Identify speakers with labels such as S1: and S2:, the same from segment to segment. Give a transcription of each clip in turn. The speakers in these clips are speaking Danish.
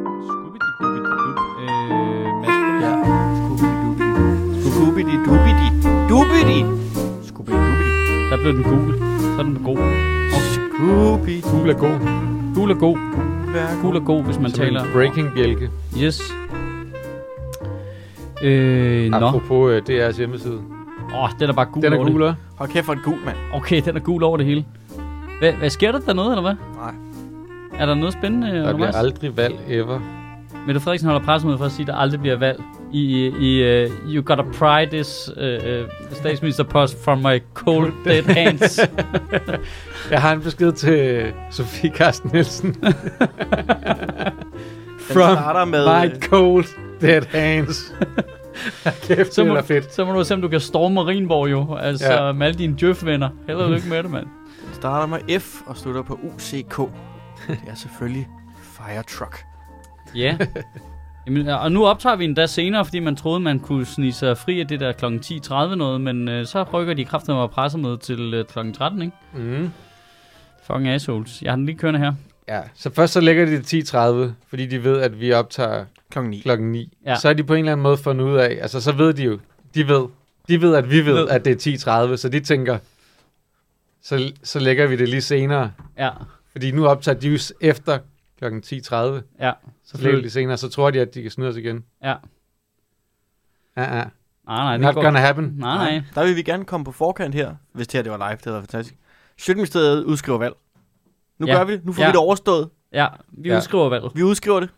S1: Skubbidi-bubbidi-dub. Øh, Mads,
S2: Ja. Skubidi-dubidi. Skubidi-dubidi. Skubidi-dubidi.
S1: der blev den gul. Så er den god.
S2: Skubidi-dubidi.
S3: Gul er god.
S1: Gul er god. Gul er god, hvis man
S3: Som en
S1: taler.
S3: breaking-bjælke.
S1: Yes. Øh, nå. Åh,
S3: Apropos øh, DR's hjemmeside.
S1: oh, den er bare gul
S3: Den er
S1: over
S3: gul,
S1: det.
S3: hva'?
S2: Hold kæft for en gul mand.
S1: Okay, den er gul over det hele. Hvad, hvad sker der dernede, eller hvad?
S2: Nej.
S1: Er der noget spændende
S3: Der bliver
S1: undervejs?
S3: aldrig valg ever.
S1: Mette Frederiksen holder pressemøde for at sige, at der aldrig bliver valg. I, i, i uh, you gotta pry this uh, uh, statsministerpost from my cold dead hands.
S3: Jeg har en besked til øh, Sofie Carsten Nielsen.
S2: Den
S3: From
S2: starter med... øh,
S3: My cold dead hands. Kæft,
S1: så,
S3: det
S1: må,
S3: er fedt.
S1: så må du se, om du kan storme Marienborg jo. Altså ja.
S3: Ja.
S1: med alle dine djøf-venner. Held og lykke med det, mand.
S2: Den starter med F og slutter på UCK. Det er selvfølgelig Firetruck.
S1: Ja. Jamen, og nu optager vi endda senere, fordi man troede, man kunne snige sig fri af det der kl. 10.30 noget, men øh, så rykker de kraftigt med pressemøde til øh, kl. 13, ikke?
S3: Mm.
S1: Fucking assholes. Jeg har den lige kørende her.
S3: Ja, så først så lægger de det 10.30, fordi de ved, at vi optager
S2: Klokken 9.
S3: klokken 9.
S1: Ja.
S3: Ja. Så er de på en eller anden måde fundet ud af, altså så ved de jo, de ved, de ved, at vi ved,
S1: Ved.
S3: at det er 10.30, så de tænker, så, så lægger vi det lige senere.
S1: Ja,
S3: Fordi nu optager de jo s- efter klokken 10.30, så
S1: ja.
S3: lægger de
S1: Selvfølgelig.
S3: det senere, så tror de, at de kan snyde os igen.
S1: Ja.
S3: Ja, ja.
S1: Nej, nej, det Mhm.
S3: Not
S1: går...
S3: gonna happen.
S1: Nej, nej.
S2: Der vil vi gerne komme på forkant her, hvis det her det var live. Det havde været fantastisk. Sjøtministeriet udskriver valg. Nu
S1: Ja.
S2: gør vi det. Nu får
S1: Ja.
S2: vi det overstået.
S1: Ja, vi ja.
S3: Ja.
S1: udskriver valget.
S2: Vi udskriver det.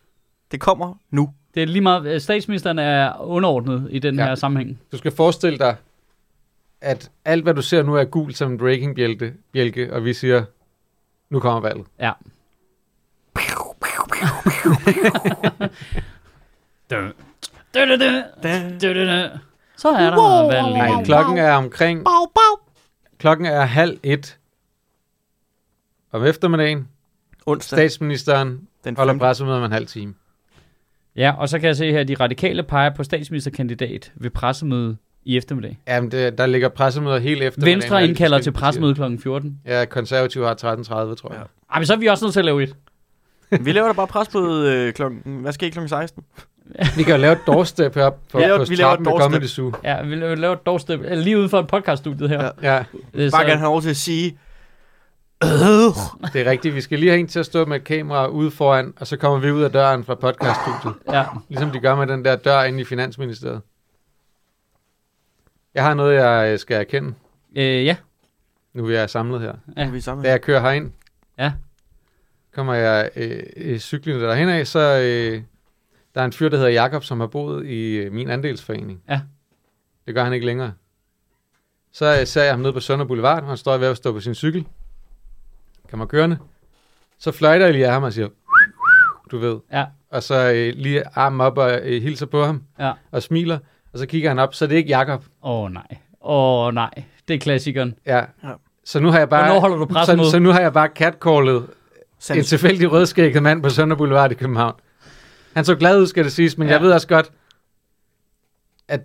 S2: Det kommer nu.
S1: Det er lige meget... øh, Statsministeren er underordnet i den ja.
S3: Ja.
S1: her sammenhæng.
S3: Du skal forestille dig, at alt hvad du ser nu er gult som en breaking bjælke, bjælke og vi siger, nu kommer valget.
S1: Dø. Dø, dø, dø.
S2: Da.
S1: Dø, dø, dø. Så er der valg.
S3: Nej,
S1: alligevel.
S3: klokken er omkring... Klokken er halv et. Om eftermiddagen,
S2: Onsdag.
S3: statsministeren
S2: den
S3: holder
S2: femte.
S3: pressemøde om en halv time.
S1: Ja, og så kan jeg se her, at de radikale peger på statsministerkandidat ved pressemøde i eftermiddag.
S3: Jamen, det, der ligger pressemøder helt eftermiddagen. med
S1: Venstre
S3: alle de
S1: indkalder til pressemøde
S3: forskellige
S1: kl. 14.
S3: partier. Ja, konservative har 13.30, tror jeg.
S2: Ja.
S3: Ja.
S1: Ej, men så er vi også nødt til at lave et.
S2: Vi laver da bare pres på øh, klokken... Hvad sker klokken 16?
S3: Vi kan jo lave et doorstep heroppe på,
S2: Vi laver-
S3: på
S2: vi laver et
S3: trappen med
S2: doorstep.
S3: Comedy Zoo.
S1: Ja, vi laver et doorstep øh, lige uden for et podcaststudiet her.
S2: Ja.
S3: Ja,
S1: Øh,
S2: Bare gerne
S1: Så,
S2: have over til at sige... Øh,
S3: det er rigtigt. Vi skal lige have en til at stå med et kamera ude foran, og så kommer vi ud af døren fra podcaststudiet.
S1: ja.
S3: Ligesom de gør med den der dør inde i Finansministeriet. Jeg har noget, jeg øh, skal erkende,
S1: Øh, ja.
S3: nu vi er samlet her.
S1: Ja.
S2: ja. vi er sammen.
S3: Da jeg kører herind,
S1: Ja.
S3: kommer jeg øh, øh, cyklen derhen af, så øh, der er en fyr, der hedder Jakob, som har boet i øh, min andelsforening.
S1: Ja.
S3: Det gør han ikke længere. Så øh, ser jeg ham nede på Sønder Boulevard, og han står ved at stå på sin cykel. Kommer kørende. Så fløjter jeg lige af ham og siger, du ved.
S1: Ja.
S3: Og så øh, lige armen op og øh, hilser på ham
S1: Ja.
S3: og smiler. Og så kigger han op, så det er ikke Jakob.
S1: Åh, oh, nej. Åh, oh, nej. Det er klassikeren.
S3: Ja.
S2: Ja.
S3: Så nu har jeg bare...
S1: Hvornår holder du pressemøde?
S3: så, så nu har jeg bare catcallet
S2: Sandt.
S3: En tilfældig rødskægget mand på Sønder Boulevard i København. Han så glad ud, skal det siges, men
S1: Ja.
S3: ja. jeg ved også godt, at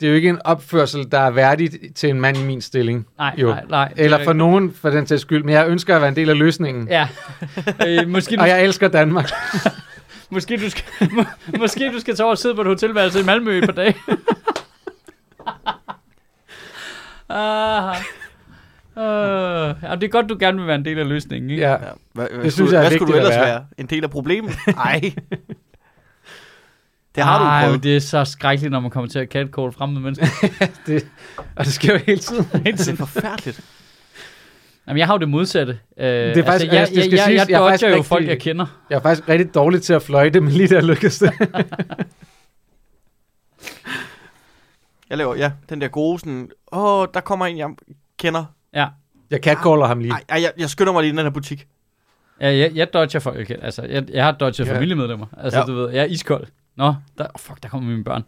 S3: det er jo ikke en opførsel, der er værdig til en mand i min stilling.
S1: Nej,
S3: Jo.
S1: nej, nej. det er
S3: Eller for
S1: rigtigt.
S3: nogen, for den til skyld. Men jeg ønsker at være en del af løsningen. Ja.
S1: Ja. Øh, måske, du,
S3: Og jeg elsker Danmark.
S1: måske, du skal, må, måske du skal tage over og sidde på et hotelværelse i Malmø i et par dage. ah, øh, ja, det er godt, du gerne vil være en del af løsningen, ikke?
S3: Ja.
S2: Ja. Hvad, hvad,
S3: Det synes
S2: skulle,
S3: jeg er
S2: hvad skulle du
S3: vigtigt at
S2: ellers være?
S3: være.
S2: En del af problemet? Nej. det har
S1: Ej,
S2: du
S1: men
S2: prøvet.
S1: det er så skrækkeligt, når man kommer til at catcall fremmede mennesker.
S3: Og det sker jo hele tiden.
S1: hele
S2: Altså, Det
S1: tiden.
S2: er forfærdeligt.
S1: Jamen, jeg har jo det modsatte. Øh, det er
S3: faktisk-
S1: altså, jeg,
S3: altså, det
S1: jeg,
S3: skal
S1: jeg,
S3: siges,
S1: jeg,
S3: jeg er
S1: dodger
S3: faktisk
S1: jo
S3: rigtig-
S1: folk, jeg kender.
S3: Jeg er faktisk rigtig dårlig til at fløjte, men lige der lykkedes det.
S2: Jeg laver, ja, den der gode sådan... Åh, der kommer en, jeg kender.
S1: Ja.
S3: Jeg catcaller ham lige.
S2: Ej, ej jeg, jeg skynder mig lige ind i den her butik.
S1: Ja, jeg, jeg dodger folk, jeg kender. Altså, jeg, jeg har dodget
S3: Ja.
S1: familiemedlemmer. Altså,
S2: Ja.
S1: du ved, jeg er iskold. Nå, der, oh, fuck, der kommer mine børn.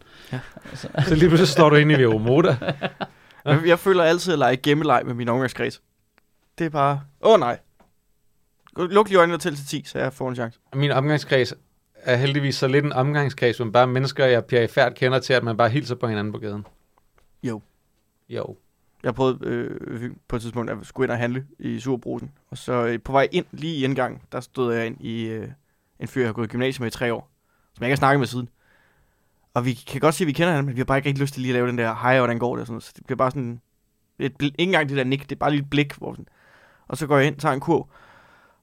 S3: Så lige pludselig står du inde i Vero Moda.
S2: Jeg, jeg føler altid at lege gemmeleg med min omgangskreds. Det er bare... Åh oh, nej. Luk lige øjnene til til 10, så jeg får en chance.
S3: Min omgangskreds er heldigvis så lidt en omgangskreds, men bare mennesker, jeg perifært kender til, at man bare hilser på hinanden på gaden.
S2: Jo.
S3: Jo.
S2: Jeg prøvede øh, Fyn på et tidspunkt at skulle ind og handle i Superbrusen. Og så øh, på vej ind, lige i indgangen, der stod jeg ind i øh, en fyr, jeg har gået i gymnasiet med i tre år. Som jeg ikke har snakket med siden. Og vi kan godt sige, at vi kender hinanden, men vi har bare ikke rigtig lyst til lige at lave den der, hej, hvordan går det? Og sådan noget. Så det bliver bare sådan, et bl- ikke engang det der nik, det er bare lige et blik. Hvor sådan. Og så går jeg hen, tager en kurv,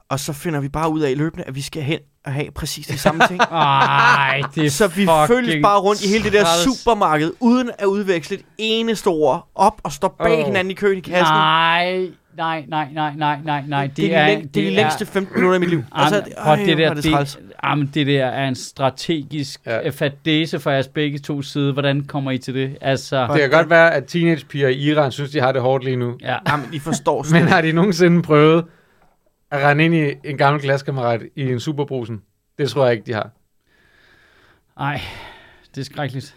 S2: og så finder vi bare ud af i løbende, at vi skal hen og have præcis de samme ting.
S1: Ej, det er
S2: Så vi følges
S1: fucking
S2: bare rundt i hele det der
S1: træls.
S2: supermarked, uden at udveksle et eneste ord op og stå bag
S3: Åh.
S2: hinanden i køen i kassen.
S1: Nej, nej, nej, nej, nej, nej, nej. Det,
S2: det, er, de læng- det er de længste 15 minutter af mit liv.
S1: Altså,
S2: det-
S1: og det
S2: hvor er
S1: der,
S2: det, træls.
S1: det, jamen, det der er en strategisk
S3: Ja.
S1: ja. fadese for jeres begge to side. Hvordan kommer I til det? Altså,
S3: Det kan godt være, at teenagepiger i Iran synes, de har det hårdt lige nu.
S1: ja.
S2: Jamen, I forstår slet
S3: Men
S2: ikke.
S3: har de nogensinde prøvet at rende ind i en gammel klassekammerat i en superbrusen? Det tror jeg ikke, de har.
S1: Ej, det er skrækkeligt.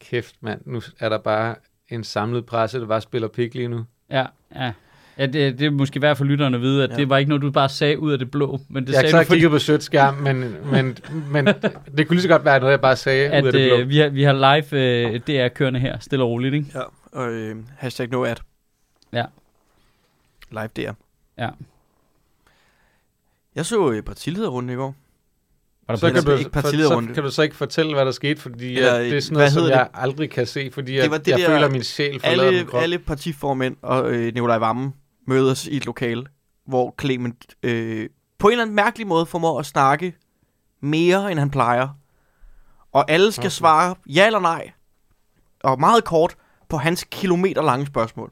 S3: Kæft, mand. Nu er der bare en samlet presse, der bare spiller pik lige nu.
S1: Ja, ja. Ja, det, det er måske værd for lytterne at vide, at
S2: Ja.
S1: ja. det var ikke noget, du bare sagde ud af det blå. Men det
S3: jeg har
S1: sagde
S3: så
S1: du, fordi
S3: kigget på sødt skærm, men, men, men det kunne lige så godt være noget, jeg bare sagde at, ud af
S1: at
S3: det blå.
S1: øh, vi, har, vi har live øh, DR kørende her, stille og roligt, ikke?
S2: Ja, og øh, hashtag no ad.
S1: Ja.
S2: Live DR.
S1: Ja.
S2: Jeg så øh, partilederrunden i går.
S1: Var der
S3: så,
S1: plads?
S3: kan
S2: altså
S3: du,
S2: ikke
S3: for, så
S2: partilederrunde.
S3: kan du så ikke fortælle, hvad der skete, fordi
S2: Eller,
S3: Eller, det er sådan
S2: hvad
S3: noget, som
S2: hedder
S3: jeg aldrig kan se, fordi
S2: var
S3: jeg,
S2: det
S3: jeg
S2: der-
S3: føler, at min sjæl forlader min
S2: Alle,
S3: krop.
S2: alle partiformænd og øh, Nikolaj Vammen mødes i et lokale, hvor Clement øh, på en eller anden mærkelig måde formår at snakke mere, end han plejer. Og alle skal
S3: Okay.
S2: okay. svare ja eller nej, og meget kort, på hans kilometer lange spørgsmål.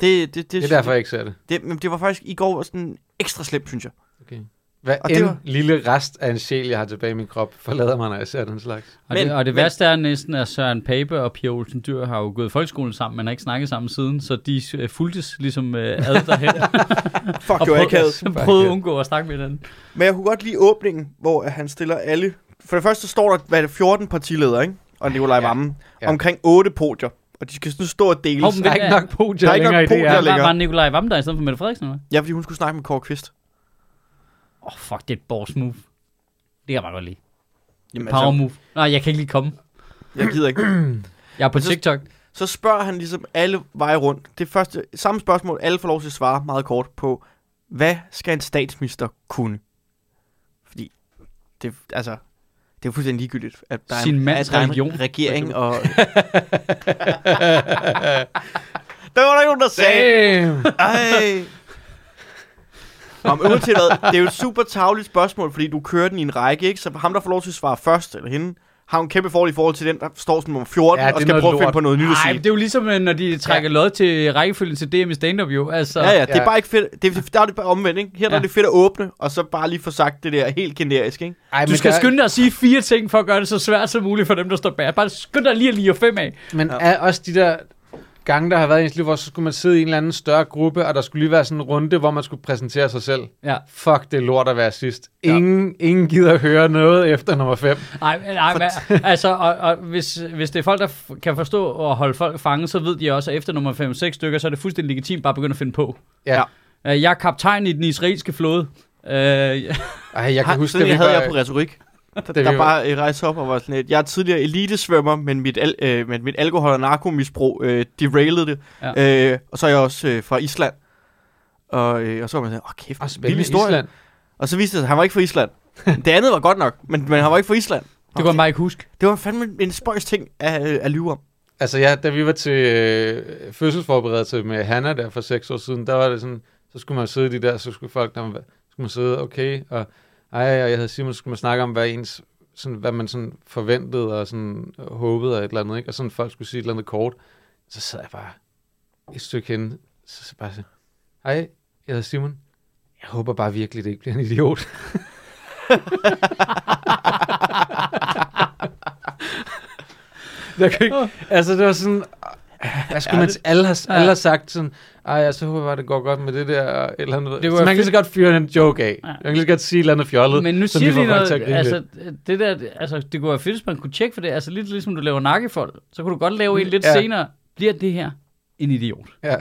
S2: Det, det, det,
S3: Det er derfor, jeg ikke ser det.
S2: det, men det var faktisk i går sådan ekstra slemt, synes jeg.
S3: Okay. Hvad
S2: Og det
S3: en
S2: var-
S3: lille rest af en sjæl, jeg har tilbage i min krop, forlader mig, når jeg ser den slags.
S1: Og, men,
S2: Men-
S1: det, og det
S2: men-
S1: men, værste er næsten, at Søren Pape og Pia Olsen Dyr har jo gået i folkeskolen sammen, men har ikke snakket sammen siden, så de øh, fulgtes ligesom øh, ad derhen.
S2: Fuck,
S1: og
S2: det var
S1: prøvede,
S2: akavet.
S1: prøvede at undgå at snakke med hinanden.
S2: Men jeg kunne godt lide åbningen, hvor at han stiller alle... For det første så står der, hvad er det, 14 partiledere, ikke? Og Nikolaj
S3: Ja.
S2: ja. Vammen.
S3: Ja.
S2: Ja. Omkring 8 podier. Og de skal sådan stå og dele.
S1: Hov,
S2: Oh,
S1: men-
S3: Der er ikke
S1: er-
S3: nok podier
S2: der er ikke
S3: længere i
S2: nok
S3: det
S1: Ja,
S2: podier.
S3: her.
S1: var,
S2: lækkert.
S1: var Nikolaj Vammen der i stedet for Mette Frederiksen, eller hvad?
S2: ja, fordi hun skulle snakke med Kåre Kvist.
S1: Åh, oh, fuck, det er et boss move. Det kan jeg bare godt lide.
S2: Jamen, altså,
S1: Power move. Nej, jeg kan ikke lige komme.
S2: jeg gider ikke.
S1: Jeg er på
S2: Men så-
S1: TikTok.
S2: Så spørger han ligesom alle veje rundt. Det første, samme spørgsmål, alle får lov til at svare meget kort på. Hvad skal en statsminister kunne? Fordi det, altså, det er fuldstændig ligegyldigt, at der er
S1: Sin
S2: en,
S1: mands
S2: at der er
S1: religion,
S2: en regering og... der var der ikke nogen, der sagde.
S3: Damn!
S2: Ej. Om øvrigt til hvad, det er jo et super tavligt spørgsmål, fordi du kører den i en række, ikke? Så ham, der får lov til at svare først, eller hende, har en kæmpe fordel i forhold til den, der står som nummer 14,
S3: Ja,
S2: ja,
S3: det er
S2: og skal
S3: noget
S2: prøve at finde
S3: lort.
S2: på noget nyt at
S1: Nej,
S2: sige.
S1: det er jo ligesom, øh, når de trækker ja. lod til rækkefølgen til DM i stand-up, jo. Altså,
S2: Ja, ja, det
S3: Ja.
S2: er bare ikke fedt. Det er, der er det bare omvendt, ikke? Her der er
S1: Ja.
S2: det fedt at åbne, og så bare lige få sagt det der helt generisk, ikke?
S3: Ej,
S1: Du skal skynde dig at sige fire ting, for at gøre det så svært som muligt for dem, der står bag. Bare skynd dig lige at lige fem af.
S3: Men ja. er også de der gange, der har været i ens liv, hvor så skulle man sidde i en eller anden større gruppe, og der skulle lige være sådan en runde, hvor man skulle præsentere sig selv.
S1: Ja.
S3: Fuck, det er lort at være sidst. Ingen, ja. ingen gider at høre noget efter nummer 5.
S1: Ej, men- ej, men, altså, og, og hvis, hvis det er folk, der f- kan forstå og holde folk fanget, så ved de også, at efter nummer 5-6 stykker, så er det fuldstændig legitimt bare at begynde at finde på.
S3: Ja.
S1: Øh, Jeg er kaptajn i den israelske flåde. Øh, ja.
S3: Ej, jeg kan
S2: Har-
S3: huske,
S2: sådan en
S3: da vi
S2: havde
S3: var-
S2: jeg på retorik. Der,
S3: vi
S2: der
S3: var-
S2: bare øh, rejste op og var sådan lidt, jeg er tidligere elitesvømmer, men mit, al- øh, men mit alkohol- og narkomisbrug øh, derailede det. Ja. Øh, og så er jeg også øh, fra Island. Og, øh, og så var man sådan, åh kæft,
S3: Og
S2: oh,
S3: spændende
S2: vild historie.
S3: Island.
S2: Og så viste det sig, at han var ikke fra Island. det andet var godt nok, men, men han var ikke fra Island.
S1: Det kunne man bare ikke huske.
S2: Det var fandme en- en spøjs ting at, øh, at lyve om.
S3: Altså ja, da vi var til øh, fødselsforberedelse med Hanna der for seks år siden, der var det sådan, så skulle man sidde i de der, så skulle folk, der skulle man sidde, okay, og ej, og jeg havde Simon, så skulle man snakke om, hvad ens, sådan, hvad man sådan forventede og sådan øh, håbede og et eller andet, ikke? Og sådan folk skulle sige et eller andet kort. Så sad jeg bare et stykke henne, så, så bare sagde, hej, jeg hedder Simon. Jeg håber bare virkelig, det ikke bliver en idiot. Jeg kan ikke, altså det var sådan, øh, hvad skulle man, alle har, alle har sagt sådan, ej, jeg så håber bare, det går godt med det der, og et eller andet.
S1: Det
S3: Det
S1: var
S3: var så man kan
S1: fedt.
S3: lige så godt fyre en joke af.
S1: Ja.
S3: Man kan lige så godt sige et eller andet fjollet,
S1: Men nu
S3: som
S1: siger
S3: de får
S1: de
S3: folk til at
S1: noget,
S3: grine lidt.
S1: altså, det der, altså, det kunne være fedt, hvis man kunne tjekke for det. Altså, lidt ligesom du laver nakkefold, så kunne du godt lave en lidt
S3: Ja.
S1: senere. Bliver det her en idiot?
S3: Ja.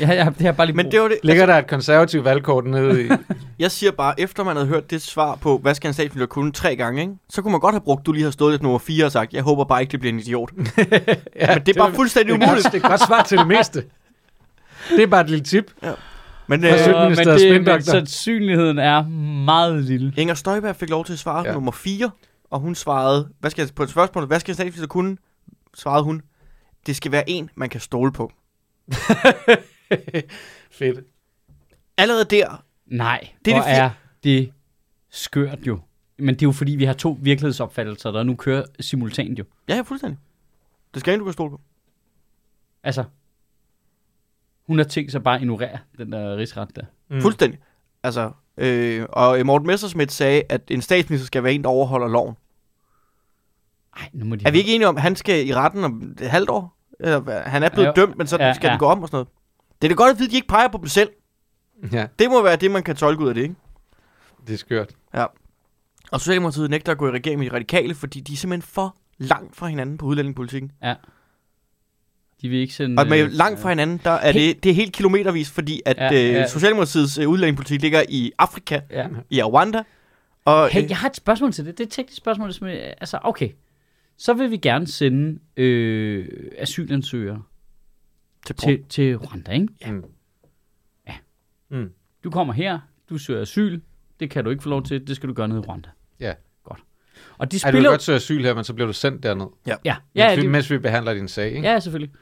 S1: Ja, ja, det har jeg bare lige
S2: Men det var det.
S3: Ligger der et konservativt valgkort nede i?
S2: Jeg siger bare, efter man havde hørt det svar på, hvad skal en statsminister kunne tre gange, ikke? så kunne man godt have brugt, du lige har stået lidt nummer 4 og sagt, jeg håber bare ikke, det bliver en idiot. Men
S3: ja,
S2: det er bare fuldstændig
S3: det er godt,
S2: umuligt.
S3: det er godt svar til det meste. Det er bare et lille tip.
S2: Men
S3: Hvad
S2: øh,
S3: synes
S1: Øh, men,
S3: Statsminister og
S1: det, men
S3: spindoktor.
S1: sandsynligheden er meget lille.
S2: Inger Støjberg fik lov til at svare
S3: Ja.
S2: ja. nummer 4, og hun svarede, hvad skal, på et spørgsmål, hvad skal en statsminister kunne? Svarede hun, det skal være en, man kan stole på.
S3: Fedt.
S2: Allerede der,
S1: Nej,
S2: Det
S1: det
S2: er
S1: hvor
S2: det fi-
S1: er det skørt jo. Men det er jo fordi, vi har to virkelighedsopfattelser, der nu kører simultant jo.
S2: ja, ja, fuldstændig. Det skal en, du kan stole på.
S1: Altså, hun har tænkt sig bare at ignorere den der rigsret der.
S3: Mm.
S2: Mm. Fuldstændig. Altså, øh, og øh, Morten Messerschmidt sagde, at en statsminister skal være en, der overholder loven.
S1: Nej, nu må de
S2: Er vi ikke enige om, at han skal i retten om et halvt år? Eller, hvad? han er blevet
S1: Jo.
S2: jo. dømt, men så
S1: Ja,
S2: ja, skal
S1: ja.
S2: ja. den gå om og sådan noget. Det er da godt at vide, at de ikke peger på dem selv.
S3: Ja,
S2: Det må være det, man kan tolke ud af det, ikke?
S3: det er skørt.
S2: Og Socialdemokratiet nægter at gå i regering med de radikale, fordi de er simpelthen for langt fra hinanden på udlændingepolitikken.
S1: De vil ikke sende...
S2: Og med
S1: øh,
S2: langt fra hinanden, der er det, det er helt kilometervis, fordi at
S1: Ja,
S2: ja, ja.
S1: ja.
S2: Øh, Socialdemokratiets øh, udlændingepolitik ligger i Afrika,
S1: Ja.
S2: i Rwanda. Og,
S1: Hey,
S2: øh,
S1: jeg har et spørgsmål til det. Det er et teknisk spørgsmål. Som, øh, altså, okay. Så vil vi gerne sende øh, asylansøgere
S2: til, til,
S1: til, til Rwanda, ikke?
S3: Ja. Mm.
S1: Ja.
S3: Mm.
S1: Du kommer her, du søger asyl. Det kan du ikke få lov til. Det skal du gøre nede i Rwanda.
S3: Ja.
S1: Godt. Og de
S3: Ej, du
S1: spiller...
S3: kan godt søge asyl her, men så bliver du sendt derned.
S1: Ja,
S3: Ja,
S1: ja,
S3: mens, vi,
S1: det,
S3: mens vi behandler din sag, ikke?
S1: ja, selvfølgelig.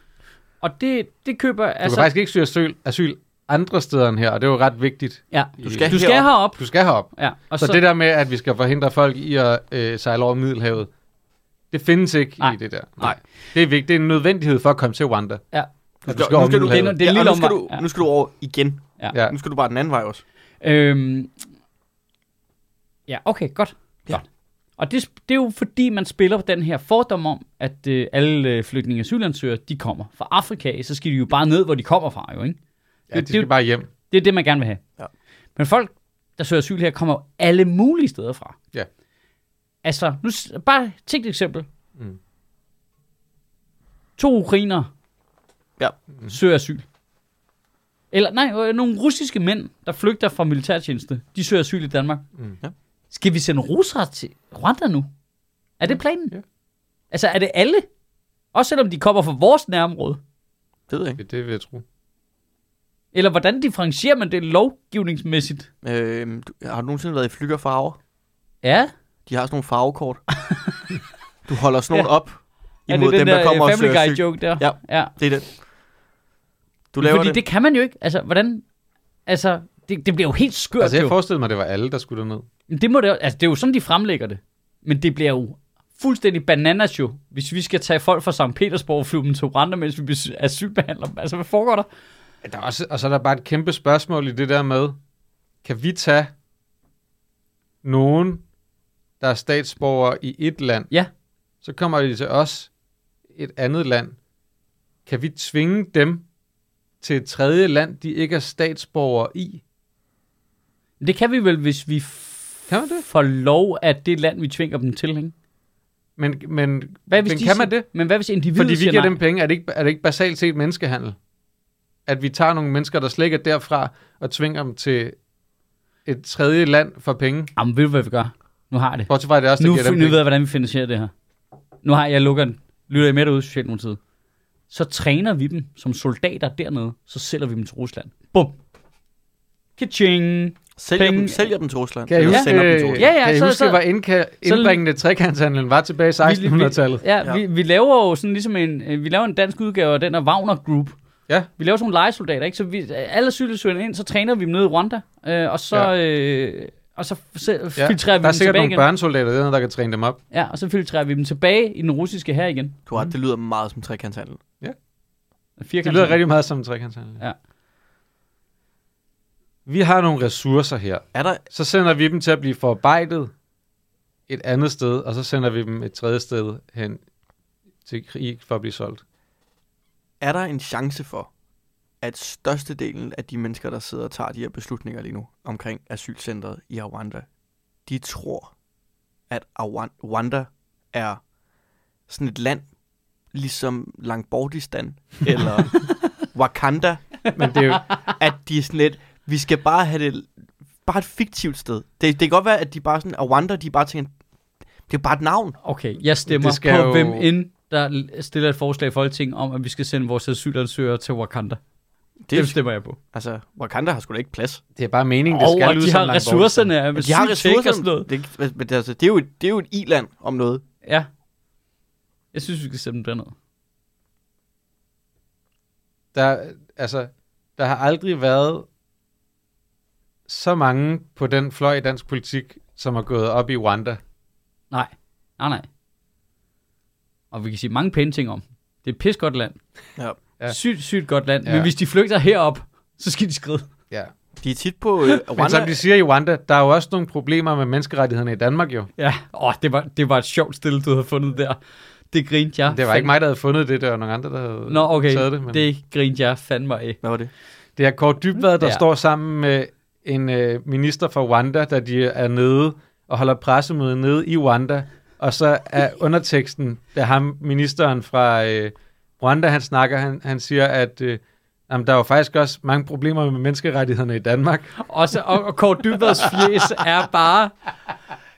S1: Og det, det køber...
S3: Du altså, kan faktisk ikke søge asyl, asyl andre steder end her, og det er jo ret vigtigt.
S1: ja.
S2: du skal,
S1: Du skal
S2: herop.
S1: herop.
S3: Du skal herop.
S1: Ja, og
S3: Så, så det der med, at vi skal forhindre folk i at øh, sejle over Middelhavet, det findes ikke
S1: Nej.
S3: i det der.
S1: Nej.
S3: Det er vigtigt. Det er en nødvendighed for at komme til Rwanda.
S1: Ja.
S3: At
S2: Nu
S3: du skal
S2: nu
S3: over
S2: skal du-
S1: Det er
S3: Middelhavet.
S1: en- det er en
S2: ja, og
S1: lille
S2: nu, skal du,
S1: omvej. Ja.
S2: nu skal du over igen.
S3: Ja.
S2: Nu skal du bare den anden vej også.
S1: Øhm, ja, okay, godt.
S2: Ja.
S1: godt. Og det, det er jo fordi, man spiller på den her fordom om, at øh, alle øh, flygtninge og asylansøgere, de kommer fra Afrika, så skal de jo bare ned, hvor de kommer fra, jo, ikke?
S3: Ja, de skal bare hjem.
S1: Det er det, man gerne vil have.
S2: Ja.
S1: Men folk, der søger asyl her, kommer jo alle mulige steder fra.
S3: Ja.
S1: Altså, nu s- bare tænk et eksempel.
S3: Mm.
S1: Mm. To ukrainer
S2: Ja.
S1: søger asyl. Eller nej, øh, nogle russiske mænd, der flygter fra militærtjeneste, de søger asyl i Danmark.
S3: Mm.
S2: Ja.
S1: Skal vi sende russere til Rwanda nu? Er det planen?
S3: Ja.
S1: Altså, er det alle? Også selvom de kommer fra vores nærområde?
S2: Det ved jeg ikke.
S3: Det, det vil jeg tro.
S1: Eller hvordan differencierer man det lovgivningsmæssigt?
S2: Øh, du, har du nogensinde været i flykkerfarver?
S1: Ja.
S2: De har sådan nogle farvekort. du holder sådan nogle ja. op
S1: Ja,
S2: imod
S1: det er
S2: dem,
S1: den
S2: der,
S1: der,
S2: kommer
S1: øh,
S2: og
S1: Family
S2: søger
S1: Guy
S2: asyl.
S1: joke der.
S2: Ja.
S1: ja.
S2: Det er det. Du laver
S1: Fordi det.
S2: det.
S1: det kan man jo ikke. Altså, hvordan... Altså, det, det bliver jo helt skørt
S3: Altså,
S1: altså,
S3: jeg
S1: får...
S3: forestillede mig, at det var alle, der skulle derned.
S1: jo. Det, må det, jo- altså, det er jo sådan, de fremlægger det. Men det bliver jo fuldstændig bananas jo, hvis vi skal tage folk fra St. Petersborg og flyve dem til Rwanda, mens vi besy- asylbehandler dem. Altså, hvad foregår der?
S3: Ja, Der er også, og så er der bare et kæmpe spørgsmål i det der med, kan vi tage nogen, der er statsborger i et land,
S1: Ja.
S3: så kommer de til os, et andet land. Kan vi tvinge dem til et tredje land, de ikke er statsborger i?
S1: Det kan vi vel, hvis vi f-
S3: Kan man det?
S1: får lov af det land, vi tvinger dem til, ikke?
S3: Men, men,
S1: Hvad hvis
S3: men
S1: de
S3: kan
S1: siger-
S3: man det?
S1: Men hvad hvis individet
S3: Fordi vi
S1: siger
S3: giver
S1: nej?
S3: dem penge. Er det, ikke, er det ikke basalt set menneskehandel? At vi tager nogle mennesker, der slet ikke er derfra, og tvinger dem til et tredje land for penge?
S1: Jamen, ved du, hvad vi gør? Nu har jeg det.
S3: Bortset fra, at det er også, der
S1: nu,
S3: giver dem
S1: nu ved
S3: penge.
S1: jeg, hvordan vi finansierer det her. Nu har jeg lukket den. Lytter I med derude, Socialdemokratiet? Så træner vi dem som soldater dernede, så sælger vi dem til Rusland. Bum. Kaching.
S2: Sælger,
S1: penge-
S2: dem, sælger dem til Rusland.
S3: Kan I
S2: Eller
S3: huske, Øh,
S2: sender dem til
S3: ja,
S2: Rusland.
S1: Ja, ja,
S3: ja, kan I
S1: så-
S3: huske
S1: så-
S3: hvor indka- indbringende trekantshandlen var tilbage i 1600-tallet?
S1: Ja, ja.
S2: Ja.
S1: Vi, vi laver jo sådan ligesom en, øh, vi laver en dansk udgave af den her Wagner Group.
S3: Ja.
S1: Vi laver sådan nogle legesoldater, ikke? Så vi, alle asylansøgerne ind, så træner vi dem nede i Rwanda, øh, og så...
S3: Ja.
S1: Ja. Øh, og så f- se- filtrerer vi
S3: Ja, der er
S1: dem
S3: sikkert
S1: tilbage
S3: nogle
S1: igen.
S3: børnesoldater dernede, der kan træne dem op.
S1: Ja, og så filtrerer vi dem tilbage i den russiske her igen.
S2: Du har, ret, det lyder meget som trekantshandel.
S3: Det lyder rigtig meget som en trekantshandel.
S1: Ja.
S3: Vi har nogle ressourcer her.
S2: Er der,
S3: Så sender vi dem til at blive forarbejdet et andet sted, og så sender vi dem et tredje sted hen til krig for at blive solgt.
S2: er der en chance for, at størstedelen af de mennesker, der sidder og tager de her beslutninger lige nu omkring asylcentret i Rwanda, de tror, at Rwan- Rwanda er sådan et land, ligesom Langbordistan eller Wakanda Men det er jo, at de er sådan lidt, vi skal bare have det, bare et fiktivt sted. Det, det kan godt være, at de bare sådan, Rwanda, de bare tænker, det er bare et navn.
S1: Okay, jeg stemmer
S3: Det skal
S1: på,
S3: jo-
S1: jo... hvem end der l- stiller et forslag i Folketinget om, at vi skal sende vores asylansøgere til Wakanda. Det Dem stemmer jeg på.
S2: altså, Wakanda har sgu da ikke plads.
S3: Det er bare meningen, det
S1: Og
S3: skal lyde
S1: de
S3: som
S1: har
S3: Lange
S1: ressourcerne. Er
S2: Men de har ressourcer.
S1: Og sådan noget.
S2: Det, men det, er altså, det, er jo et, det er jo et i-land om noget.
S1: Ja. Jeg synes, vi skal stemme derned.
S3: der, altså, der har aldrig været så mange på den fløj i dansk politik, som har gået op i Rwanda.
S1: Nej. Nej, nej. Og vi kan sige mange pæne ting om. dem. Det er et pis godt land.
S2: Ja.
S3: Ja.
S1: Ja. Sygt, sygt godt land.
S3: Ja.
S1: Ja. Men hvis de flygter herop, så skal de skride.
S3: Ja.
S2: De er tit på øh,
S3: Men
S2: Rwanda.
S3: som de siger i Rwanda, der er jo også nogle problemer med menneskerettighederne i Danmark jo.
S1: Ja. Åh, det var, det var et sjovt stille, du havde fundet der. Det grinte jeg.
S3: Det var ikke
S1: fandme-
S3: mig, der havde fundet det, det var nogle andre, der havde
S1: Nå, okay.
S3: taget det. Men det...
S1: Det grinte jeg fandme af.
S2: Hvad var det?
S3: det er Kåre Dybvad, der ja.
S1: Ja.
S3: står sammen med en øh, minister fra Rwanda, da de er nede og holder pressemøde nede i Rwanda. Og så er underteksten, da ham ministeren fra øh, Rwanda, han snakker, han, han siger, at øh, jamen, der er jo faktisk også mange problemer med menneskerettighederne i Danmark.
S1: Og, så, og, og Kåre Dybvads fjes er bare...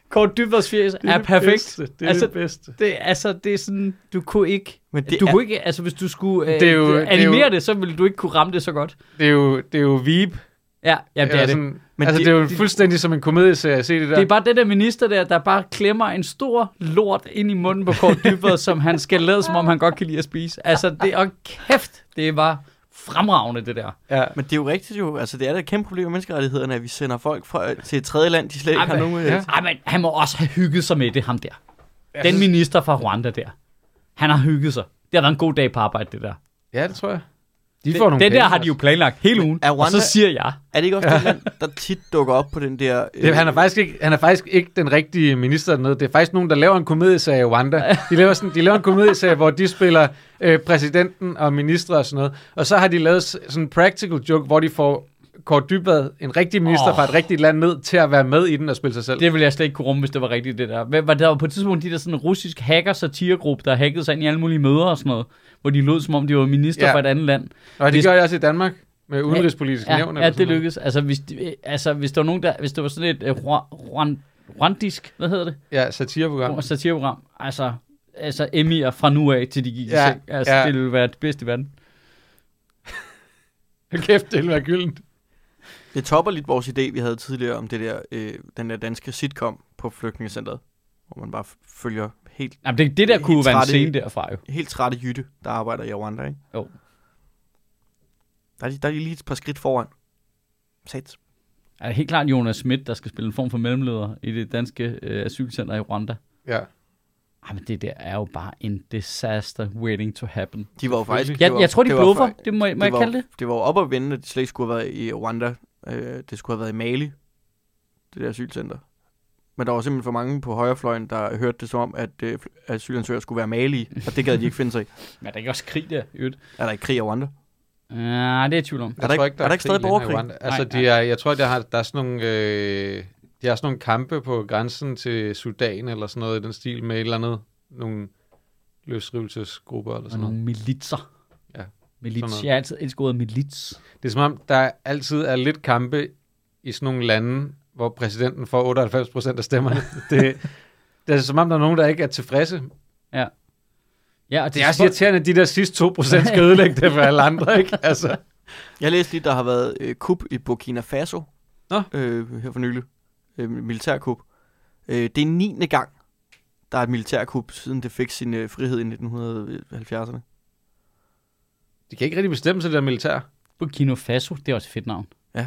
S1: Kåre Dybvads fjes er, perfekt.
S3: bedste, det er
S1: altså,
S3: det bedste.
S1: det, altså, det er sådan, du kunne ikke...
S2: Men det
S1: du
S2: er-
S1: kunne ikke, altså hvis du skulle øh,
S3: Det er jo- det er
S1: animere det,
S3: jo-
S1: det, så ville du ikke kunne ramme det så godt.
S3: Det er jo, det er jo Veep.
S1: Ja, ja det er det.
S3: Sådan,
S2: Men
S3: altså, det,
S2: det-
S3: det er jo fuldstændig som en komedieserie, se det der.
S1: Det er bare den der minister der, der bare klemmer en stor lort ind i munden på Kåre Dybvad, som han skal lade, som om han godt kan lide at spise. Altså, det er kæft, det var fremragende, det der.
S3: ja.
S2: Men det er jo rigtigt jo. Altså, det er da et kæmpe problem med menneskerettighederne, at vi sender folk fra, øh, til et tredje land, de slet ikke har
S1: Ej,
S2: nogen... øh,
S1: men,
S2: Ja.
S1: ja. Ej, men han må også have hygget sig med det, ham der.
S3: Jeg
S1: Den
S3: synes-
S1: minister fra Rwanda der. Han har hygget sig. Det har været en god dag på arbejde, det der.
S3: ja, det tror jeg. De
S1: Det,
S3: får nogle
S1: det der
S3: penge,
S1: har de jo
S3: altså.
S1: planlagt hele ugen.
S2: er
S1: Og så
S2: Rwanda-
S1: siger jeg,
S2: Er det ikke også det land, der tit dukker op på den der... Øh,
S3: Det, han, er faktisk ikke, han er faktisk ikke den rigtige minister dernede. Det er faktisk nogen, der laver en komedieserie i Rwanda. De laver, sådan, de laver en komedieserie, hvor de spiller øh, præsidenten og ministre og sådan noget. Og så har de lavet s- sådan en practical joke, hvor de får Kåre Dybvad, en rigtig minister oh.
S1: Åh.
S3: fra et rigtigt land, ned til at være med i den og spille sig selv. Det,
S1: det ville jeg slet ikke kunne rumme, hvis det var rigtigt det der. Hvad- Var der var på et tidspunkt de der sådan russisk hacker satiregruppe, der hackede sig ind i alle mulige møder og sådan noget, hvor de lød som om de var minister
S3: Ja.
S1: ja. fra et andet land.
S3: og det,
S1: det-
S3: gør jeg også i Danmark med udenrigspolitisk
S1: Ja,
S3: nævn.
S1: ja det
S3: lykkedes.
S1: lykkedes. Altså hvis, de, øh, altså, hvis der var nogen der, hvis det var sådan et uh, rwand, rwandisk, hvad hedder det?
S3: Ja, satireprogram.
S1: Ja. Satireprogram. Altså, altså Emi'er fra nu af til de gik
S3: Ja,
S1: ja. seng. Altså,
S3: ja.
S1: ja. det ville være det bedste i verden.
S3: Kæft, det ville være gyldent.
S2: Det topper lidt vores idé, vi havde tidligere om det der, øh, den der danske sitcom på flygtningecenteret, hvor man bare f- følger helt,
S1: Jamen, det, det der
S2: Helt
S1: kunne jo være en
S2: træt i-
S1: scene derfra jo.
S2: helt trætte jytte, der arbejder i Rwanda, ikke?
S1: Jo.
S2: Der er, de, der er de lige et par skridt foran. Sats.
S1: Er det helt klart Jonas Schmidt, der skal spille en form for mellemleder i det danske øh, asylcenter i Rwanda?
S3: Ja.
S1: Ej, men det der er jo bare en disaster waiting to happen.
S2: De var jo faktisk...
S3: Selvfølgelig.
S2: det
S1: Jeg,
S2: var,
S1: jeg tror, de
S2: det var
S1: bluffer.
S2: for-
S1: Det må, jeg- må jeg
S2: var,
S1: kalde det?
S2: Det var jo op at vende, at de slet ikke skulle have været i Rwanda. Øh, det skulle have været i Mali, det der asylcenter. Men der var simpelthen for mange på højrefløjen, der hørte det som om, at øh, asylansøgere skulle være Mali, og det gad de ikke finde sig i.
S1: Men er der ikke også krig der, i øvrigt?
S2: Er der ikke krig i Rwanda?
S1: Nej, Ah, det er jeg i tvivl om.
S3: Jeg
S2: Er der
S3: tror
S2: ikke- er der ikke
S3: krig
S2: stadig
S3: længere i
S2: borgerkrig?
S3: Rwanda. Altså,
S1: Nej,
S3: de er, jeg tror, der, har, der er sådan nogle... Øh, de har sådan nogle kampe på grænsen til Sudan eller sådan noget i den stil med et eller andet. Nogle løsrivelsesgrupper eller
S1: Og
S3: sådan noget.
S1: nogle militser.
S3: Ja, sådan noget.
S1: Milits. Jeg har altid elsket ordet milits.
S3: Det er som om, der altid er lidt kampe i sådan nogle lande, hvor præsidenten får 98 procent af stemmerne. det, det er som om, der er nogen, der ikke er tilfredse.
S1: Ja, og
S3: Det er også irriterende, at de der sidste 2 procent skal ødelægge det for alle andre, ikke? Altså,
S2: Jeg læste lige, der har været øh, kup i Burkina Faso.
S3: Nå.
S2: Øh, her for nylig. Øh, militærkup. Øh, det er 9. gang, der er et militærkup, siden det fik sin øh, frihed i 1970'erne.
S3: de kan ikke rigtig bestemme sig, det der militær.
S1: Burkina Faso, det er også et fedt navn.
S2: Ja.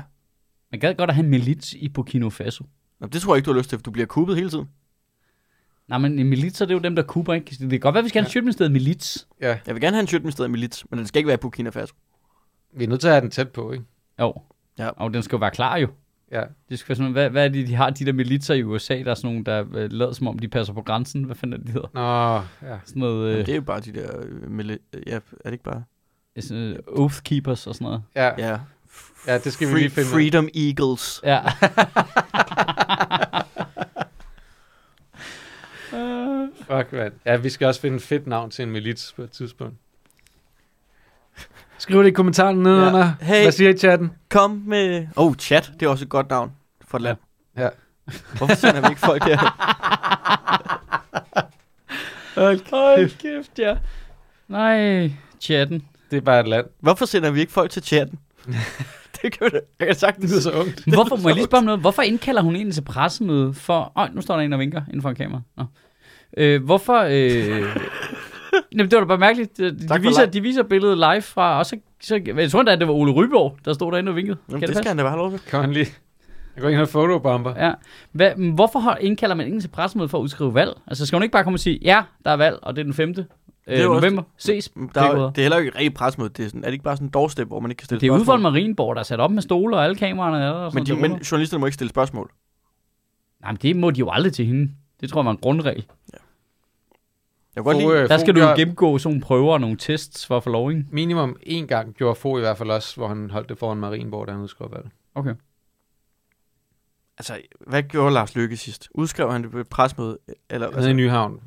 S1: Man gad godt at have en milits i Burkina Faso.
S2: Nå, det tror jeg ikke, du har lyst til, for du bliver kuppet hele tiden.
S1: Nej, men en militser, det er jo dem, der kuber, ikke? Det kan godt være, vi skal have en sjøtministeriet milits.
S3: Ja,
S2: Jeg vil gerne have en shirtminister af milit, men den skal ikke være i Burkina Faso.
S3: vi er nødt til at have den tæt på, ikke?
S1: Jo.
S2: Ja.
S1: Og den skal jo være klar, jo.
S3: Ja.
S1: Det skal være sådan, hvad, hvad er det, de har, de der militser i USA, der er sådan nogle, der øh, lader som om, de passer på grænsen. Hvad fanden er det, de hedder?
S3: Nå, ja.
S1: Sådan noget, øh,
S2: Jamen, det er jo bare de der... Øh, mili- øh, ja, er det ikke bare...
S1: sådan noget oath keepers og sådan noget.
S3: ja.
S2: Ja.
S3: Ja, det skal vi lige finde ud af.
S2: Freedom Eagles.
S1: Ja.
S3: Fuck, man. Ja, vi skal også finde et fedt navn til en milits på et tidspunkt. Skriv det i kommentaren nedenunder. Ja.
S2: Hey.
S3: Hvad siger I i chatten?
S2: Kom med... Oh, chat. Det er også et godt navn for et land.
S3: Ja.
S2: Hvorfor sender vi ikke folk her?
S1: Hold kæft, ja. Nej, chatten.
S3: Det er bare et land.
S2: Hvorfor sender vi ikke folk til chatten? det kan man, jeg kan
S3: Det
S2: sagtens
S3: lyder så ungt.
S1: Hvorfor, må jeg lige spørge om noget? Hvorfor indkalder hun egentlig til pressemøde for... Øj, nu står der en og vinker inden for en kamera. Nå. Øh, hvorfor... Øh... Jamen, det var da bare mærkeligt. De, de,
S2: for
S1: viser,
S2: leg.
S1: de viser billedet live fra... Og så, så, jeg tror endda, at det var Ole Ryborg, der stod derinde og vinkede.
S2: Jamen,
S1: kan
S2: det
S1: det,
S2: skal han da bare have lov til.
S3: Kom han lige. Jeg går ind og fotobomber.
S1: passe? Ja. Hvad, men hvorfor hold- indkalder man ingen til pressemøde for at udskrive valg? Altså, skal hun ikke bare komme og sige, ja, der er valg, og det er den 5. Øh,
S2: er jo også-
S1: november. Ses.
S2: Der er, jo-
S1: Pikhoveder.
S2: det er heller ikke et rigtigt presmøde. Det er, sådan, er det ikke bare sådan en doorstep, hvor man ikke kan stille
S1: Det er ude for en
S2: spørgsmål?
S1: marienborg, der er sat op med stole og alle kameraerne. Er der, og sådan
S2: Men, de,
S1: noget
S2: men
S1: derude.
S2: journalisterne må ikke stille spørgsmål.
S1: Nej, men det må de jo aldrig til hende. Det tror jeg var en grundregel.
S2: Jeg kunne godt
S3: Fog,
S2: lide,
S3: øh,
S1: Der
S3: Fog
S1: skal du jo
S3: gør-
S1: gennemgå sådan nogle prøver og nogle tests for at få lov, ikke?
S3: Minimum én gang gjorde få i hvert fald også, hvor han holdt det foran Marienborg, da han udskrev valget.
S1: Okay.
S2: altså, hvad gjorde Lars Løkke sidst? Udskrev han det på et presmøde? Eller,
S3: Nede
S2: altså,
S3: i Nyhavn.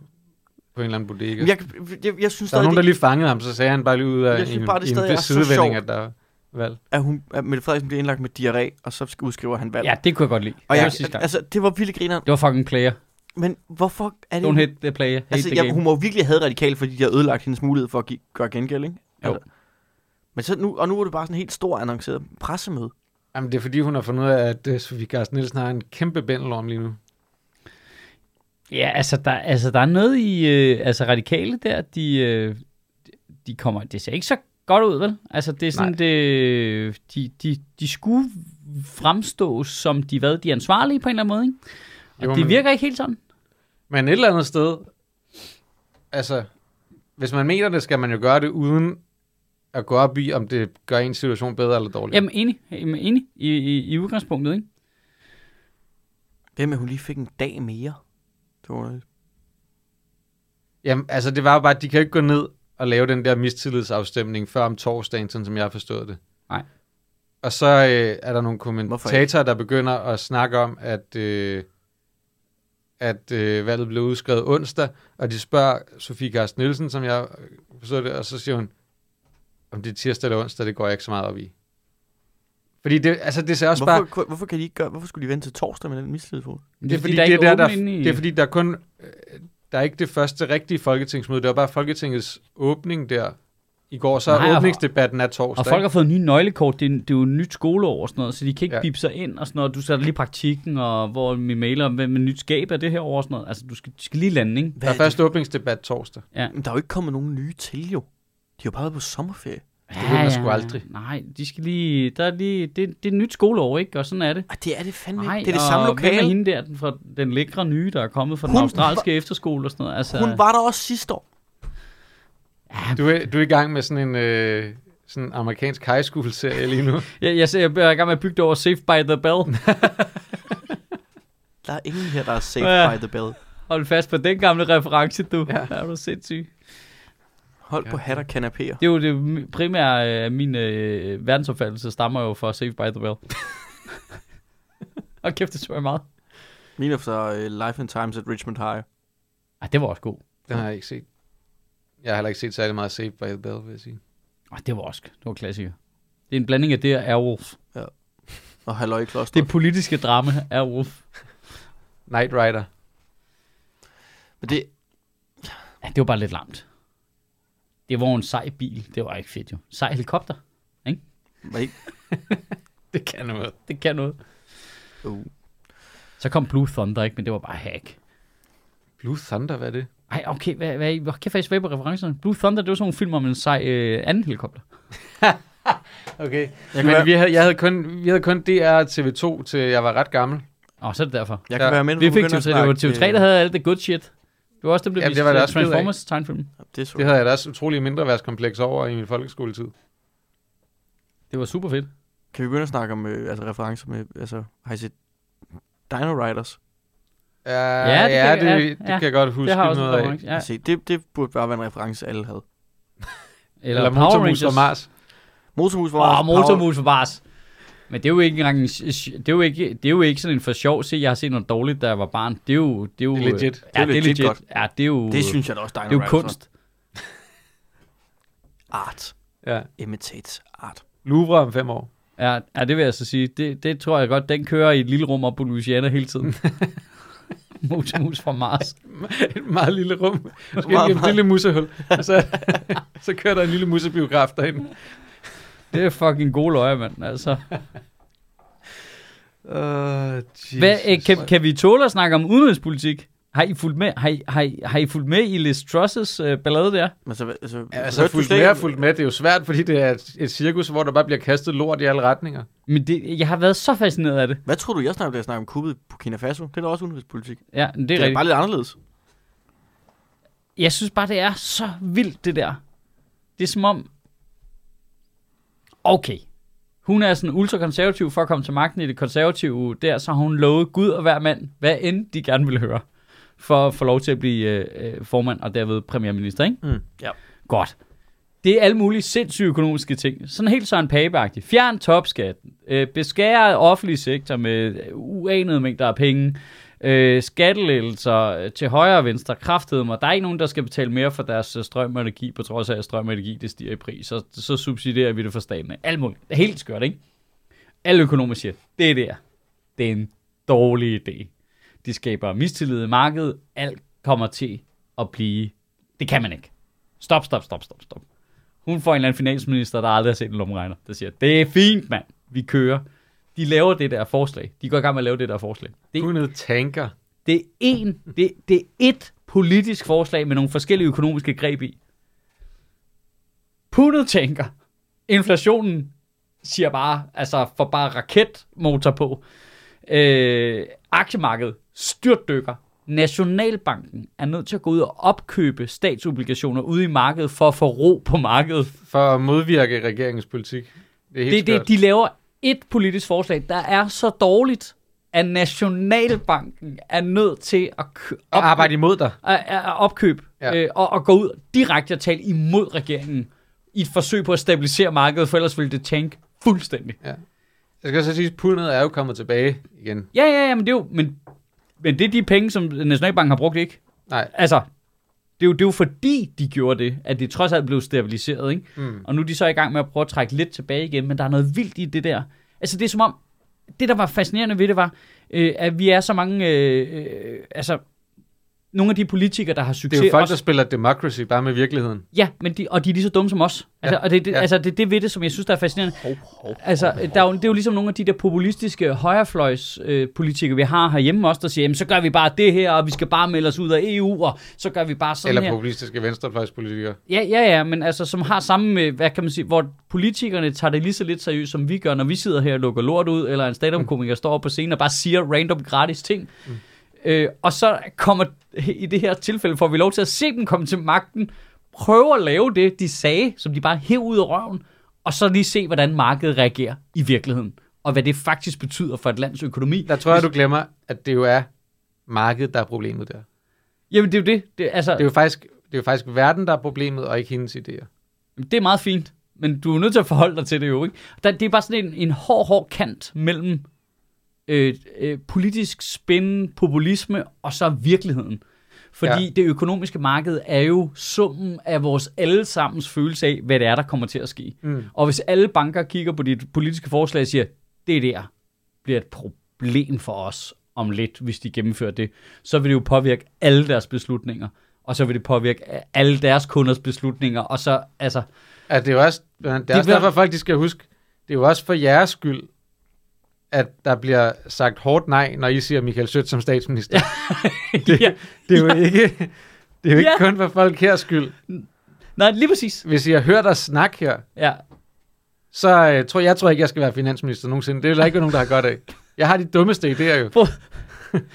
S3: På en eller anden bodega.
S2: jeg,
S3: Ja,
S2: jeg, jeg, jeg synes
S3: der var
S2: stadig,
S3: nogen, der
S2: det,
S3: lige fangede ham, så sagde han bare lige ud af
S2: Jeg synes
S3: en,
S2: bare, det
S3: en,
S2: stadig er
S3: en
S2: så
S3: sidevending,
S2: sjovt.
S3: at der er valg.
S2: at, hun, at Mette Frederiksen bliver indlagt med diarré, og så udskriver han valg.
S1: Ja, det kunne jeg godt lide.
S2: og
S1: det,
S2: jeg,
S1: var sidste gang.
S2: altså, det var vildt griner.
S1: det var fucking player.
S2: Men hvorfor er det...
S1: Don't hit the player. Hate
S2: altså,
S1: the
S2: jeg,
S1: game.
S2: hun må jo virkelig have radikalt, fordi de har ødelagt hendes mulighed for at give, gøre gengæld, ikke?
S1: Jo.
S2: Altså, men så nu, og nu er det bare sådan en helt stor annonceret pressemøde.
S3: Jamen, det er fordi, hun har fundet ud af, at uh, Sofie Carsten Nielsen har en kæmpe bændelorm lige nu.
S1: Ja, altså der, altså, der er noget i øh, altså, radikale der, de, øh, de kommer, det ser ikke så godt ud, vel? Altså det er sådan,
S3: Nej.
S1: det, de, de, de skulle fremstå som de, hvad, de er ansvarlige på en eller anden måde, ikke? Og
S3: Jo,
S1: jo, det
S3: men-
S1: virker ikke helt sådan.
S3: Men et eller andet sted, altså, hvis man mener det, skal man jo gøre det uden at gå op i, om det gør ens situation bedre eller dårligere.
S1: Jamen enig, jamen, enig i, i, i udgangspunktet, ikke?
S2: Det med, at hun lige fik en dag mere. Det var underligt.
S3: Jamen, altså det var jo bare, at de kan jo ikke gå ned og lave den der mistillidsafstemning før om torsdagen, sådan som jeg forstod det.
S1: Nej.
S3: Og så øh, er der nogle
S2: Hvorfor
S3: kommentatorer, der begynder at snakke om, at, øh, at øh, valget blev udskrevet onsdag, og de spørger Sofie Carsten Nielsen, som jeg øh, forstod det, og så siger hun, om det er tirsdag eller onsdag, det går jeg ikke så meget op i. Fordi det, altså det ser også bare...
S2: Hvorfor, kunne- hvorfor, kan de ikke gøre, hvorfor skulle de vente til torsdag med den mistillidsvote?
S1: Men
S3: Det er fordi, det er,
S1: ikke
S3: der, der,
S1: åbent inde i-
S3: det er fordi, der kun... øh, Der er ikke det første rigtige folketingsmøde. Det var bare Folketingets åbning der i går. Så
S1: Nej,
S3: er
S1: og-
S3: åbningsdebatten er torsdag.
S1: Og folk
S3: ikke?
S1: har fået nye nøglekort, det er, det er jo et nyt skoleår og sådan noget, så de kan ikke ja.
S3: Ja.
S1: bipse sig ind og sådan noget. Du sætter lige praktikken, og hvor min mailer, hvad med nyt skab er det her år og sådan noget. Altså, du skal, du skal lige lande, ikke?
S2: Hvad
S3: der er
S2: er det?
S3: først åbningsdebat torsdag.
S2: Men der er jo ikke kommet nogen nye til, jo. De har jo bare været på sommerferie.
S1: Det
S3: vil man sgu aldrig.
S1: Nej, de skal lige, der er lige, det, det er et nyt skoleår, ikke? Og sådan er det.
S2: Ej, det er det fandme
S1: Nej,
S2: ikke. Det er det
S1: og
S2: samme
S1: Hvem er
S2: lokale.
S1: hende der, den, fra den lækre nye, der er kommet fra den
S2: Hun
S1: australske efterskole og sådan noget? Altså,
S2: Hun var der også sidste år.
S3: Du er, du er i gang med sådan en... Øh, sådan en amerikansk high school-serie lige nu.
S1: jeg, jeg, jeg, jeg er i gang med at bygge det over Safe by the Bell.
S2: Der er ingen her, der er safe
S1: Ja.
S2: by the bell.
S1: Hold fast på den gamle reference, du. Ja.
S3: Ja.
S1: Er du sindssyg?
S2: Hold
S3: Ja.
S2: på hat og kanapéer.
S1: Det er jo det primære af min øh, verdensopfattelse, stammer jo fra Save by the Bell. og kæft, det så jeg meget.
S2: Min efter uh, Life and Times at Richmond High.
S1: Ej, det var også god.
S3: Den har jeg ikke set. Jeg har heller ikke set særlig meget Saved by the Bell, vil jeg sige.
S1: Ej, det var også, det var klassiker. Det er en blanding af det og Airwolf.
S2: Og Halløj Kloster.
S1: Det politiske drama Airwolf.
S3: Night Rider.
S2: Men det,
S1: Ja, det var bare lidt lamt. Det var en sej bil. Det var ikke fedt jo. Sej helikopter.
S2: var ikke...
S3: Det kan noget.
S1: Det kan noget.
S2: Uh.
S1: Så kom Blue Thunder, ikke? Men det var bare hack.
S3: Blue Thunder, hvad er det?
S1: Ej, okay, hvad, hvad, hvad kan jeg faktisk være på referencerne? Blue Thunder, det var sådan nogle film om en sej øh, anden helikopter.
S3: Okay.
S2: Jeg kan,
S3: Men
S2: være,
S3: vi havde, jeg havde kun, vi havde kun DR og TV2, til jeg var ret gammel.
S1: Og så er det derfor.
S2: jeg kan
S3: Ja.
S2: være med, når
S1: Vi
S2: du
S1: fik
S2: begynder
S1: TV3,
S2: at
S1: det var
S2: snakke,
S1: TV3,
S2: øh,
S1: der havde alt det good shit. Det var også dem, der
S3: Jamen,
S1: blev
S3: det
S1: vist
S3: var der
S1: øh,
S3: også billeder af.
S1: Transformers tegnfilm.
S2: Det, er så,
S3: Det havde jeg da også utrolig mindre værtskompleks over i min folkeskoletid.
S1: Det var super fedt.
S2: Kan vi begynde at snakke om øh, altså, referencer med... Altså, har I set Dino Riders?
S3: Ja,
S1: Ja,
S3: ja,
S1: det
S3: det,
S1: kan-
S3: ja, det,
S1: ja,
S3: ja, det
S1: ja.
S3: kan jeg godt huske.
S1: Det har også en
S3: noget af.
S1: reference. Ja.
S2: Ja. Se, det, det burde bare være en reference, alle havde.
S1: Eller,
S3: Eller
S1: Eller Power
S3: Motormus og
S1: Rangers.
S3: Mars.
S2: Motormus var...
S1: Åh, oh,
S2: Power-
S1: Motormus for Bars. Men det er jo ikke engang en, det er jo ikke, det er jo ikke sådan en for sjov se, jeg har set noget dårligt, da jeg var barn. Det er jo... Det er, jo,
S3: Det er legit.
S1: Ja, det er legit.
S2: godt.
S1: Ja, det er jo...
S2: Det synes jeg da også, Dino
S1: det er jo
S2: Riders var.
S1: kunst.
S2: Art.
S3: Ja.
S2: Imitates art.
S3: Louvre om fem år.
S1: Ja, ja, det vil jeg så sige. Det, det tror jeg godt, den kører i et lille rum op på Louisiana hele tiden. mus, mus fra Mars.
S3: Et meget lille rum.
S2: Meget,
S3: Måske meget, et
S2: meget.
S3: lille musehul. Og så, så kører der en lille musebiograf derinde.
S1: Det er fucking gode løjer, mand. Altså.
S3: Uh,
S1: Hvad, øh, kan, kan vi tåle at snakke om udenrigspolitik? Har I fulgt med, har I, har I, har I fulgt med i Liz Truss' øh, ballade der?
S2: Men så, altså,
S3: Ja,
S2: hørte
S3: altså,
S2: du
S3: fuldt
S2: slet
S3: med og
S2: ikke-
S3: fulgt med, det er jo svært, fordi det er et, et cirkus, hvor der bare bliver kastet lort i alle retninger.
S1: Men det, jeg har været så fascineret af det.
S2: Hvad tror du, jeg snakker, om, da jeg snakker om kuppet på Burkina Faso? Det er da også udenrigspolitik. Det
S1: Ja, men det er,
S2: er, det er
S1: rigtigt.
S2: bare lidt anderledes.
S1: Jeg synes bare, det er så vildt, det der. Det er som om... Okay. Hun er sådan ultrakonservativ for at komme til magten i det konservative der, så har hun lovet Gud og hver mand, hvad end de gerne vil høre, for at få lov til at blive øh, øh, formand og derved premierminister, ikke?
S3: Mm,
S2: ja.
S1: Godt. Det er alle mulige sindssyge økonomiske ting. Sådan helt Søren Pape-agtigt. Fjern topskatten. Øh, beskære offentlig sektor med uanede mængder af penge. Øh, skattelettelser øh, til højre og venstre. Kraftedeme. Der er ikke nogen, der skal betale mere for deres øh, strøm og energi, på trods af, at strøm og energi det stiger i pris. Så, så subsidierer vi det for staten. af. Alt muligt. Helt skørt, ikke? Alle økonomer siger, det der, det er en dårlig idé. De skaber mistillid i markedet. Alt kommer til at blive... Det kan man ikke. Stop, stop, stop, stop, stop. Hun får en eller anden finansminister, der aldrig har set en lomregner, der siger, det er fint, mand. Vi kører. De laver det der forslag. De går i gang med at lave det der forslag. Det,
S3: Hun er tanker.
S1: det er en, det, det er et politisk forslag med nogle forskellige økonomiske greb i. Pundet tænker, inflationen siger bare, altså får bare raketmotor på. Øh, aktiemarkedet styrtdykker. Nationalbanken er nødt til at gå ud og opkøbe statsobligationer ude i markedet for at få ro på markedet.
S3: For at modvirke regeringens politik. Det er helt
S1: Det,
S3: det,
S1: det, de laver et politisk forslag, der er så dårligt, at Nationalbanken er nødt til at kø-
S3: Og arbejde imod dig.
S1: at, at at opkøbe ja.
S3: Ja.
S1: øh, og, og gå ud direkte og tale imod regeringen i et forsøg på at stabilisere markedet, for ellers ville det tænke fuldstændig.
S3: Jeg skal så sige, at pundet er jo kommet tilbage igen.
S1: Ja, ja, ja, men det er jo, men, men det er de penge, som Nationalbanken har brugt, ikke?
S3: Nej.
S1: Altså, det er, jo, det er jo fordi, de gjorde det, at det trods alt blev stabiliseret, ikke?
S3: Mm.
S1: Og nu er de så i gang med at prøve at trække lidt tilbage igen, men der er noget vildt i det der. Altså, det er som om, det der var fascinerende ved det var, øh, at vi er så mange, øh, øh, altså, nogle af de politikere, der har
S3: Det
S1: succes...
S3: er jo folk,
S1: også-
S3: der spiller democracy bare med virkeligheden.
S1: Ja, men de, og de er lige så dumme som os. Altså, ja, og det, er det, ja.
S3: ja.
S1: altså, det er det ved det, som jeg synes, der er fascinerende. Altså, der er jo, det er jo ligesom nogle af de der populistiske højrefløjspolitikere, øh, politikere, vi har herhjemme også, der siger, jamen, så gør vi bare det her, og vi skal bare melde os ud af EU, og så gør vi bare sådan
S3: Eller
S1: her.
S3: populistiske venstrefløjspolitikere.
S1: Ja, ja, ja, men altså, som har sammen med, hvad kan man sige, hvor politikerne tager det lige så lidt seriøst, som vi gør, når vi sidder her og lukker lort ud, eller en stand-up-komiker står op på scenen og bare siger random gratis ting. Mm. Øh, og så kommer, i det her tilfælde, får vi lov til at se dem komme til magten, prøve at lave det, de sagde, som de bare hæv ud af røven, og så lige se, hvordan markedet reagerer i virkeligheden, og hvad det faktisk betyder for et lands økonomi.
S3: Der tror jeg, du glemmer, at det jo er markedet, der er problemet der.
S1: Jamen, det er jo det. det altså,
S3: Det er jo faktisk, det er jo faktisk verden, der er problemet, og ikke hendes idéer.
S1: Jamen, Det er meget fint, men du er nødt til at forholde dig til det jo, ikke? Der, det er bare sådan en, en hård, hård kant mellem øh, øh, politisk spændende populisme og så virkeligheden. Fordi ja.
S3: Ja.
S1: det økonomiske marked er jo summen af vores allesammens følelse af, hvad det er, der kommer til at ske.
S3: Mm.
S1: Og hvis alle banker kigger på dit politiske forslag og siger, det der bliver et problem for os om lidt, hvis de gennemfører det, så vil det jo påvirke alle deres beslutninger, og så vil det påvirke alle deres kunders beslutninger, og så, altså,
S3: Altså, det er jo også, det er det også
S1: vil-
S3: derfor, folk de skal huske, det er jo også for jeres skyld, at der bliver sagt hårdt nej, når I siger Michael Sødt som statsminister. det,
S1: Ja.
S3: det er jo ikke, det er jo ikke
S1: Ja.
S3: kun for folk her skyld.
S1: nej, lige præcis.
S3: Hvis I har hørt os snakke her,
S1: Ja,
S3: så øh, tror jeg tror ikke, jeg skal være finansminister nogensinde. Det er der ikke nogen, der har godt af. Jeg har de dummeste idéer jo.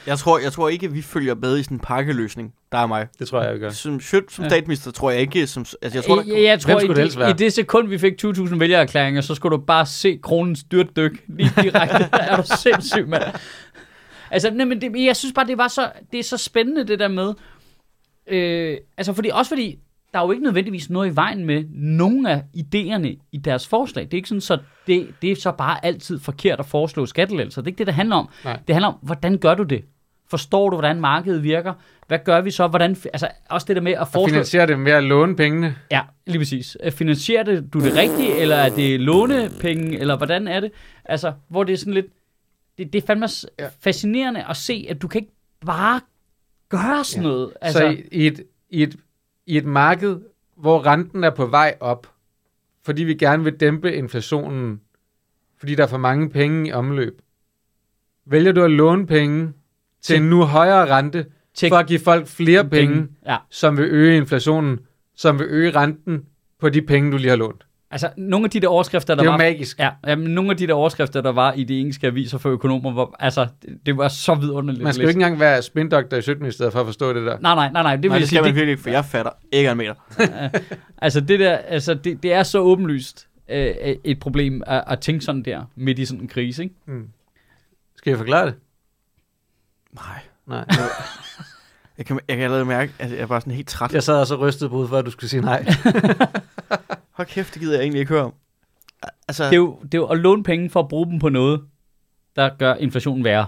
S2: Jeg tror, jeg tror ikke, at vi følger med i sådan en pakkeløsning. Der er mig.
S3: Det tror jeg, jeg gør.
S2: Som, Schødt som
S1: Ja.
S2: statsminister tror jeg ikke, som, altså jeg tror,
S1: jeg, jeg tror,
S3: Hvem skulle det
S1: i,
S3: ellers være?
S1: i det sekund, vi fik 20.000 vælgererklæringer, så skulle du bare se kronens styrtdyk lige direkte. er du sindssyg, mand. Altså, nej, men det, jeg synes bare, det, var så, det er så spændende, det der med. Øh, altså, fordi, også fordi, der er jo ikke nødvendigvis noget i vejen med nogen af idéerne i deres forslag. Det er ikke sådan, så det, det er så bare altid forkert at foreslå skattelettelser. Det er ikke det, det handler om.
S3: Nej.
S1: Det handler om, hvordan gør du det? Forstår du, hvordan markedet virker? Hvad gør vi så? Hvordan, altså, også det der med at
S3: Og
S1: foreslå...
S3: finansiere det med at låne pengene.
S1: Ja, lige præcis. Øh, Finansierer det, du det rigtigt, eller er det lånepenge, eller hvordan er det? Altså, hvor det er sådan lidt... Det, det er fandme s-
S3: Ja.
S1: fascinerende at se, at du kan ikke bare gøre sådan
S3: Ja.
S1: noget.
S3: Altså,
S1: Altså,
S3: så i, i, et, i, et, i et marked, hvor renten er på vej op, fordi vi gerne vil dæmpe inflationen, fordi der er for mange penge i omløb, vælger du at låne penge til en nu højere rente,
S1: tjek
S3: for at give folk flere penge,
S1: Ja,
S3: som vil øge inflationen, som vil øge renten på de penge, du lige har lånt.
S1: altså nogle af de der overskrifter, der
S3: Det er jo
S1: var...
S3: magisk.
S1: Ja, jamen, nogle af de der overskrifter, der var i de engelske aviser for økonomer, hvor, altså, det, det var så vidunderligt.
S3: Man skal
S1: at
S3: jo
S1: læse.
S3: ikke engang være spindoktor i 17. stedet for at forstå det der.
S1: Nej, nej, nej, nej, det vil
S2: Nej,
S1: jeg
S2: det
S1: sige,
S2: skal
S1: det,
S2: man virkelig ikke, for jeg fatter ikke en meter.
S1: Altså det der, altså det, det er så åbenlyst øh, et problem at, at tænke sådan der midt i sådan en krise, ikke?
S3: Mm. Skal jeg forklare det?
S2: Nej.
S3: Nej.
S2: Jeg kan, jeg kan allerede mærke, at jeg er bare sådan helt træt.
S3: Jeg sad og så rystede på hovedet, for at du skulle sige nej.
S2: Hold kæft, det gider jeg egentlig ikke høre om. Altså,
S1: Det er, jo, det er jo at låne penge for at bruge dem på noget, der gør inflationen værre.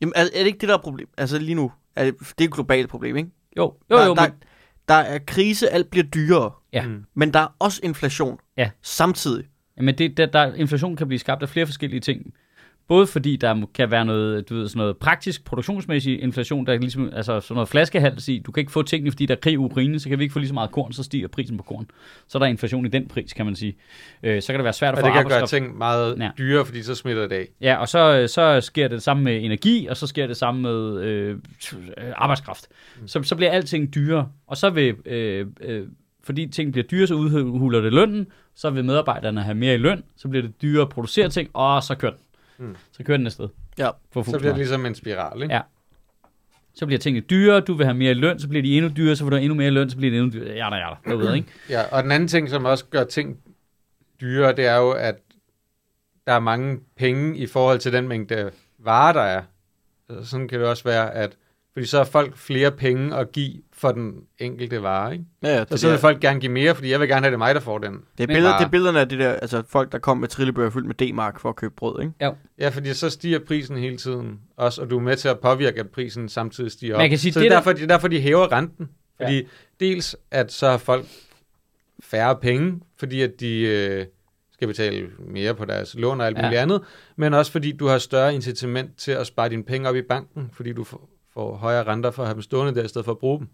S2: jamen, er, er det ikke det, der er problem? Altså lige nu, er det, det er et globalt problem, ikke?
S1: Jo, jo,
S2: der,
S1: jo,
S2: der,
S1: men,
S2: der er krise, alt bliver dyrere.
S1: Ja.
S3: Mm.
S2: Men der er også inflation
S1: Ja.
S2: samtidig.
S1: men det, der, der, inflation kan blive skabt af flere forskellige ting. Både fordi der må- kan være noget, du ved, sådan noget praktisk, produktionsmæssig inflation, der er ligesom, altså sådan noget flaskehals i. Du kan ikke få tingene, fordi der er krig i Ukraine, så kan vi ikke få lige så meget korn, så stiger prisen på korn. Så er der inflation i den pris, kan man sige. Øh, så kan det være svært at
S3: Og
S1: få
S3: det kan gøre
S1: arbejdskraft.
S3: ting meget
S1: Ja.
S3: dyrere, fordi så smitter det af.
S1: Ja, og så, øh, så sker det samme med energi, og så sker det samme med øh, øh, arbejdskraft.
S3: Mm.
S1: Så, så bliver alting dyrere, og så vil, øh, øh, fordi ting bliver dyrere, så udhuler det lønnen, så vil medarbejderne have mere i løn, så bliver det dyrere at producere ting, og så kører den.
S3: Mm.
S1: Så kører den afsted.
S2: Ja.
S1: For
S3: Så bliver det ligesom en spiral, ikke?
S1: Ja. så bliver tingene dyrere, du vil have mere i løn, så bliver de endnu dyrere, så vil du have endnu mere i løn, så bliver det endnu dyrere, jada, jada, du ved, ikke?
S3: Ja, og den anden ting, som også gør ting dyrere, det er jo, at der er mange penge i forhold til den mængde varer, der er. Altså, Sådan kan det også være, at fordi så har folk flere penge at give for den enkelte vare, ikke?
S2: Ja, ja, det,
S3: Så,
S2: det,
S3: så vil
S2: er,
S3: folk gerne give mere, fordi jeg vil gerne have det er mig, der får den.
S2: det, er
S1: Men-
S2: billeder,
S3: bare-
S2: det er billederne af det der, altså folk, der kom med trillebøger fyldt med D-mark for at købe brød, ikke?
S3: Ja, fordi så stiger prisen hele tiden også, og du er med til at påvirke, at prisen samtidig stiger op.
S1: Man kan sige,
S3: så det
S1: det der-
S3: er derfor, det er derfor, de hæver renten. Fordi ja. dels, at så har folk færre penge, fordi at de øh, skal betale mere på deres lån og alt
S1: Ja.
S3: muligt andet, men også fordi du har større incitament til at spare dine penge op i banken, fordi du får, får højere renter for at have dem stående der, i stedet for at bruge dem.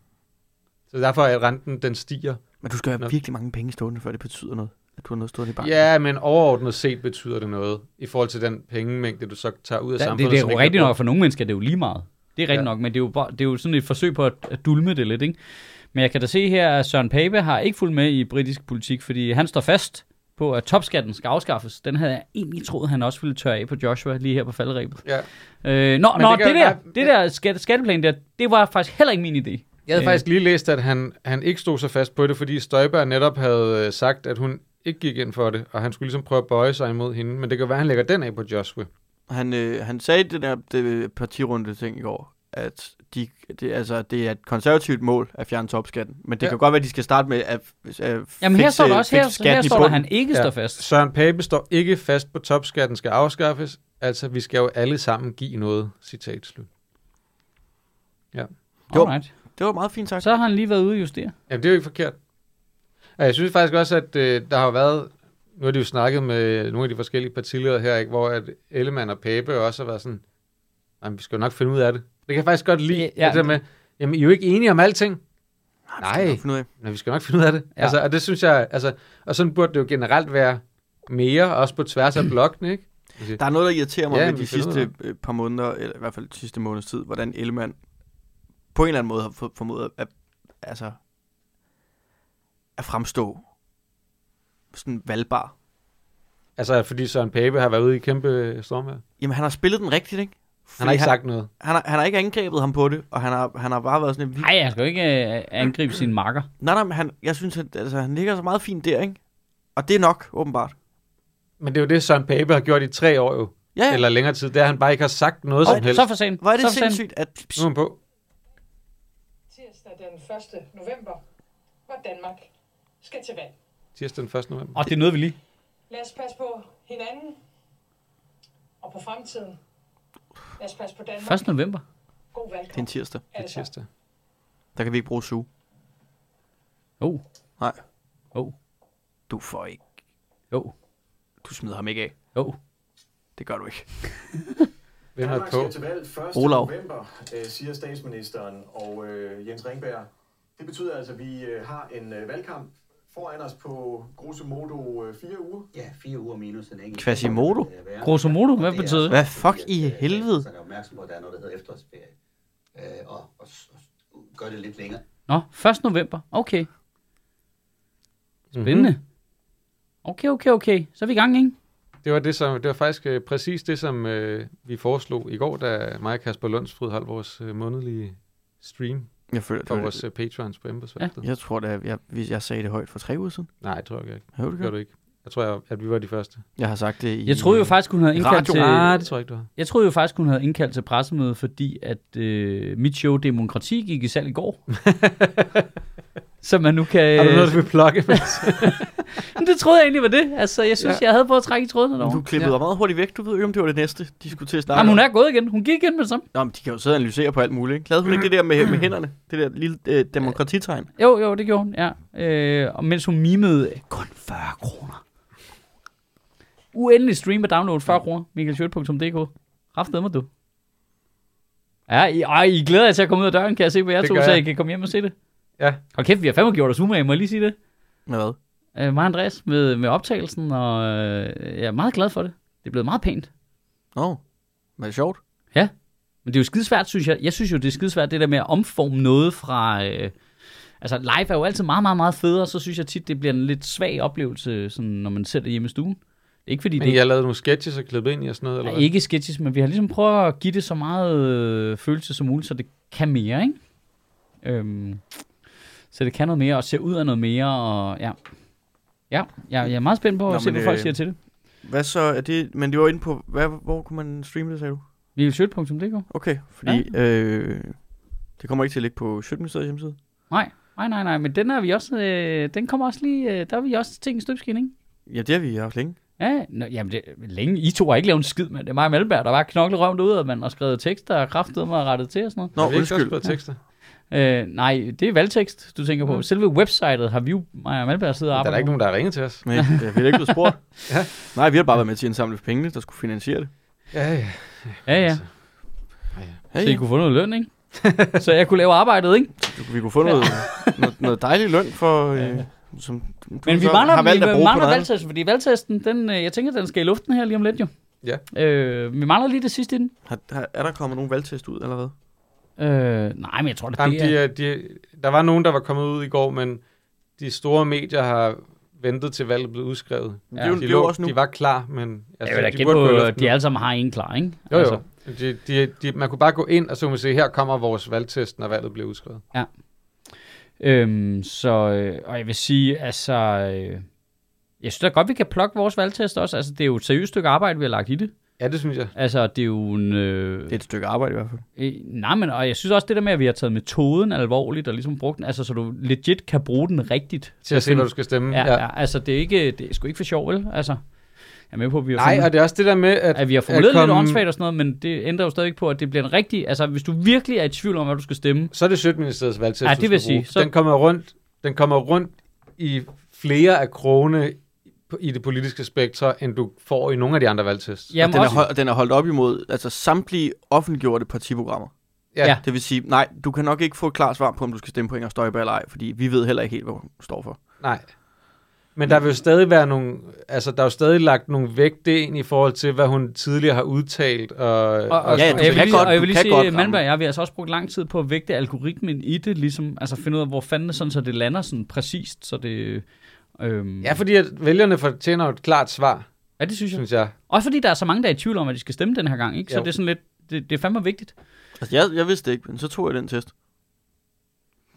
S3: Så derfor er renten, den stiger.
S2: Men du skal have
S3: Nå.
S2: virkelig mange penge stående, før det betyder noget, at du har noget stående i banken.
S3: Ja, men overordnet set betyder det noget, i forhold til den pengemængde, du så tager ud af
S1: Ja, det,
S3: samfundet.
S1: det er
S3: som
S1: jo
S3: ikke kan
S1: rigtigt
S3: bruge.
S1: nok, for nogle mennesker er det jo lige meget. Det er rigtigt
S3: Ja.
S1: ja. nok, men det er, jo, bare- det er jo sådan et forsøg på at, at dulme det lidt, ikke? Men jeg kan da se her, at Søren Pape har ikke fulgt med i britisk politik, fordi han står fast på, at topskatten skal afskaffes. Den havde jeg egentlig troet, han også ville tørre af på Joshua lige her på falderæbet.
S3: Ja.
S1: Øh, nå, nå
S3: det
S1: det,
S3: kan
S1: det,
S3: jo
S1: der,
S3: være-
S1: det der skat, skatteplan der, det var faktisk heller ikke min idé.
S3: Jeg havde
S1: Øh.
S3: faktisk lige læst, at han, han ikke stod så fast på det, fordi Støjberg netop havde øh, sagt, at hun ikke gik ind for det, og han skulle ligesom prøve at bøje sig imod hende, men det kan være, at han lægger den af på Joshua.
S2: Han, øh, han sagde i den der det øh, partirunde ting i går, at de, det, altså, det er et konservativt mål at fjerne topskatten. Men det
S3: Ja.
S2: ja. kan godt være, at de skal starte med at, at Jamen
S1: Jamen her står der også, her, her står der, han ikke
S3: Ja.
S1: ja. står fast.
S3: Søren Pape står ikke fast på, at topskatten skal afskaffes, altså vi skal jo alle sammen give noget, citat slut.
S2: Jo.
S1: Alright.
S2: Det var meget fint sagt.
S1: Så har han lige været ude og justere.
S3: Jamen, det er jo ikke forkert. Og jeg synes faktisk også, at øh, der har været... Nu har de jo snakket med nogle af de forskellige partiledere her, ikke, hvor at Ellemann og Pape også har været sådan, jamen, vi skal jo nok finde ud af det. Det kan jeg faktisk godt lide,
S1: Ja,
S3: ja,
S1: ja.
S3: det der med, jamen, I er jo ikke enige om alting,
S2: det skal vi
S3: Nej.
S2: nok finde ud af.
S3: men vi skal nok finde ud af det. Ja.
S1: Ja.
S3: Altså, og det synes jeg, altså, og sådan burde det jo generelt være mere, også på tværs af blokken, ikke?
S2: Der er noget, der irriterer mig
S3: Ja,
S2: ja,
S3: men
S2: med de
S3: vi finder ud af
S2: sidste øh, par måneder, eller i hvert fald de sidste måneds tid, hvordan Ellemann på en eller anden måde har fået- formået at, altså, at fremstå sådan valgbar.
S3: Altså, fordi Søren Pape har været ude i kæmpe storm her.
S2: Jamen, han har spillet den rigtigt, ikke?
S3: Han har ikke
S2: han,
S3: sagt noget.
S2: han, har, han har ikke angrebet ham på det, og han har, han har bare været sådan... en vild-
S1: Nej, han skal jo ikke øh, angribe sin marker.
S2: Nej, nej, men han, jeg synes, at altså, han ligger så meget fint der, ikke? Og det er nok, åbenbart.
S3: Men det er jo det, Søren Pape har gjort i tre år jo,
S2: Ja, ja.
S3: eller længere tid, det er, at han bare ikke har sagt noget som helst.
S1: Så for sent.
S2: Hvor er det
S1: så for sent.
S2: sindssygt, at...
S3: Nu er han på.
S4: Tirsdag den 1. november, hvor Danmark skal til valg.
S3: Tirsdag den 1. november.
S1: Og det er noget, vi lige.
S4: Lad os passe på hinanden og på fremtiden. Lad os passe på Danmark.
S1: 1. november.
S4: God
S2: Det er en
S4: valgkamp.
S2: tirsdag.
S3: Det er tirsdag.
S2: Der kan vi ikke bruge suge.
S1: Oh,
S2: Nej.
S1: oh,
S2: Du får ikke.
S1: oh,
S2: Du smider ham ikke af.
S1: oh.
S2: Det gør du ikke.
S3: Hvem er
S5: Danmark
S3: på?
S5: skal til valg 1.
S2: Olav.
S5: november, øh, siger statsministeren og øh, Jens Ringberg. Det betyder altså, at vi øh, har en øh, valgkamp foran os på grosso modo øh, fire uger.
S6: Ja, fire uger minus en enkelt.
S2: Quasimodo?
S1: Grosso modo, hvad
S6: Og det er
S1: betyder det?
S6: altså
S2: Hvad fuck
S6: fordi,
S2: i
S6: at, øh,
S2: helvede?
S6: Så er der opmærksom på, at der er noget, der hedder efterårsferie. Øh, og, og, s- og, s- gør det lidt længere.
S1: Nå, 1. november. Okay.
S3: Mhm.
S1: Spændende. Mm-hmm. Okay, okay, okay. Så er vi i gang, ikke?
S3: Det var, det, som, det var faktisk øh, præcis det, som øh, vi foreslog i går, da mig og Kasper Lundsfryd holdt vores øh, månedlige stream
S2: Jeg føler, det
S3: for
S2: var
S3: vores
S2: det.
S3: øh, patrons på embedsværket. Ja.
S2: Jeg tror da, jeg, jeg, jeg sagde det højt for tre uger siden.
S3: Nej, det tror jeg ikke.
S2: Hørte
S3: Det
S2: du
S3: gør
S2: det?
S3: du ikke. Jeg tror, jeg, at vi var de første.
S2: Jeg har sagt det i...
S1: Jeg troede jo faktisk, hun havde indkaldt
S2: Radio.
S1: til...
S3: Nej, Ah, det tror Øh, jeg ikke, du har.
S1: Jeg troede jo faktisk, hun havde indkaldt til pressemøde, fordi at øh, mit show Demokrati gik i salg i går. så man nu kan...
S3: Har du noget, du vil plukke?
S1: Men det troede jeg egentlig var det. Altså, jeg synes, ja. jeg havde prøvet at trække i trådene
S2: Du
S1: derovre.
S2: klippede ja. meget hurtigt væk. Du ved jo, ikke, om det var det næste, de skulle til at starte.
S1: Jamen, hun er gået igen. Hun gik igen med det samme.
S2: Nå, men de kan jo sidde og analysere på alt muligt. Ikke? Lavede hun ikke det der med, med hænderne? Det der lille øh, demokratitegn?
S1: Jo, jo, det gjorde hun, ja. Øh, og mens hun mimede øh, kun 40 kroner. Uendelig stream og download 40 kroner. michaelschødt.dk. Raftede mig du. Ja, I, ej, I glæder jer til at komme ud af døren, kan jeg se på jer
S3: Det
S1: to,
S3: gør
S1: så
S3: jeg.
S1: I kan komme hjem og se det.
S3: Ja.
S1: Hold kæft, vi har fandme gjort os umage, må jeg lige sige det.
S2: Med hvad?
S1: Øh, mig og Andreas med, med optagelsen, og øh, jeg er meget glad for det. Det er blevet meget pænt.
S2: Nå, var det sjovt?
S1: Men det er jo skidesvært, synes jeg. Jeg synes jo, det er skidesvært, det der med at omforme noget fra... Øh, altså, live er jo altid meget, meget, meget federe, og så synes jeg tit, det bliver en lidt svag oplevelse, sådan, når man sætter hjemme i stuen. Ikke fordi
S3: Men
S1: det
S3: I har lavet nogle sketches og klippet ind i og sådan noget, eller
S1: er
S3: hvad?
S1: ikke sketches, men vi har ligesom prøvet at give det så meget øh, følelse som muligt, så det kan mere, ikke? Øhm, så det kan noget mere, og ser ud af noget mere, og ja. Ja, jeg, jeg er meget spændt på at
S2: Nå,
S1: se,
S2: men,
S1: hvad folk
S2: øh,
S1: siger til det.
S2: Hvad så er det... Men det var inde på... Hvad, hvor kunne man streame det, sagde du?
S1: Vildsjøt.dk
S2: Okay, fordi... Ja. Øh, det kommer ikke til at ligge på Sjøtministeriets hjemmeside.
S1: Nej, nej, nej, nej, men den er vi også, øh, den kommer også lige, øh, der er vi også ting i støbskin, ikke?
S2: Ja, det har vi haft længe.
S1: Ja, nå, jamen det, længe. I to har ikke lavet en skid, mand. Det er mig og Malberg, der bare knoklet røven ud af, mand, og skrevet tekster og kraftet mig og rettet til og sådan
S2: Nå,
S3: har vi ikke også
S2: undskyld.
S3: skrevet tekster? Ja.
S1: noget. Øh, nej, det er valgtekst, du tænker på.
S3: Mm.
S1: Selve websitet har vi jo, mig og Malberg sidder og
S3: Der er
S1: arbejder
S3: der ikke nogen, der har ringet til os.
S2: Men det er ikke blevet spurgt.
S3: Ja.
S2: Nej, vi har bare været med til at indsamle pengene, der skulle finansiere det.
S3: Ja, ja.
S1: på. Ja, ja.
S3: altså.
S2: Ja,
S1: Så I
S2: ja.
S1: kunne få noget løn, ikke? så jeg kunne lave arbejdet, ikke?
S2: Du- Vi kunne få noget, noget, noget dejlig løn for... Øh, som du
S1: Men vi
S2: så
S1: mangler,
S2: har valgt at
S1: vi,
S2: bruge på
S1: mangler
S2: noget andet.
S1: valgtesten, fordi valgtesten, den, øh, jeg tænker, den skal i luften her lige om lidt jo.
S3: Ja.
S1: Øh, vi mangler lige det sidste i den.
S2: Har, har, er der kommet nogen valgtest ud eller hvad?
S1: Øh, nej, men jeg tror, det,
S3: Jamen,
S1: det er...
S3: de, er- de, der var nogen, der var kommet ud i går, men de store medier har ventet til valget blev udskrevet.
S2: Ja, det er jo-
S3: de,
S2: det er
S3: lå,
S2: jo også nu.
S3: de var klar, men altså,
S1: Jeg vil da gætte
S3: burde gå i
S1: på,
S3: luften
S1: at de altså. alle sammen har en klar, ikke?
S3: Jo, jo. De, de, de, man kunne bare gå ind, og så kunne man se, her kommer vores valgtest, når valget bliver udskrevet.
S1: Øhm, så, øh, og jeg vil sige, altså, øh, jeg synes da godt, vi kan plukke vores valgtest også. Altså, det er jo et seriøst stykke arbejde, vi har lagt i det.
S3: Ja, det synes jeg.
S1: Altså, det er jo en... Øh,
S2: Det er et stykke arbejde i hvert fald.
S1: øh, nej, men og jeg synes også, det der med, at vi har taget metoden alvorligt og ligesom brugt den, altså, så du legit kan bruge den rigtigt.
S3: Til at se, hvad du skal stemme.
S1: Ja, ja. ja altså, det er, ikke, det er sgu ikke for sjov, vel? Altså, jeg er med på, at vi har
S3: Nej,
S1: fundet-
S3: og det er også det der med, at...
S1: at vi har formuleret
S3: at
S1: komme... lidt
S3: komme-
S1: åndssvagt og sådan noget, men det ændrer jo stadig ikke på, at det bliver en rigtig... Altså, hvis du virkelig er i tvivl om, hvad du skal stemme,
S3: Så er det Sjøtministeriets valgtest,
S1: Ja,
S3: du
S1: det vil
S3: skal
S1: sige,
S3: bruge.
S1: så-
S3: Den, kommer rundt, den kommer rundt i flere af krogene på- i det politiske spektrum, end du får i nogle af de andre valgtests.
S1: jamen
S2: og den,
S1: også...
S2: er hold, og den er holdt op imod altså samtlige offentliggjorte partiprogrammer.
S3: Ja.
S1: Ja.
S2: Det vil sige, nej, du kan nok ikke få et klart svar på, om du skal stemme på Inger Støjberg eller ej, fordi vi ved heller ikke helt, hvad hun står for.
S3: Nej. Men der vil jo stadig være nogle, altså der er jo stadig lagt nogle vægte ind i forhold til, hvad hun tidligere har udtalt. Og,
S1: Og, og,
S2: Ja,
S1: ja,
S2: du
S1: og, jeg
S2: kan
S1: vil lige,
S2: godt-
S1: og jeg
S2: du
S1: vil lige
S2: kan
S1: sige,
S2: godt
S1: at
S2: ramme.
S1: Malmberg og jeg, vi har altså også brugt lang tid på at vægte algoritmen i det, ligesom, altså finde ud af, hvor fanden det sådan, så det lander sådan præcist, så det... Øhm,
S3: ja, fordi at vælgerne fortjener jo et klart svar,
S1: ja, det synes jeg.
S3: synes jeg.
S1: Også fordi der er så mange, der er i tvivl om, at de skal stemme den her gang, ikke? Så
S3: Jo.
S1: det er sådan lidt, det, det er fandme vigtigt.
S2: Altså, jeg, jeg vidste det ikke, men så tog jeg den test.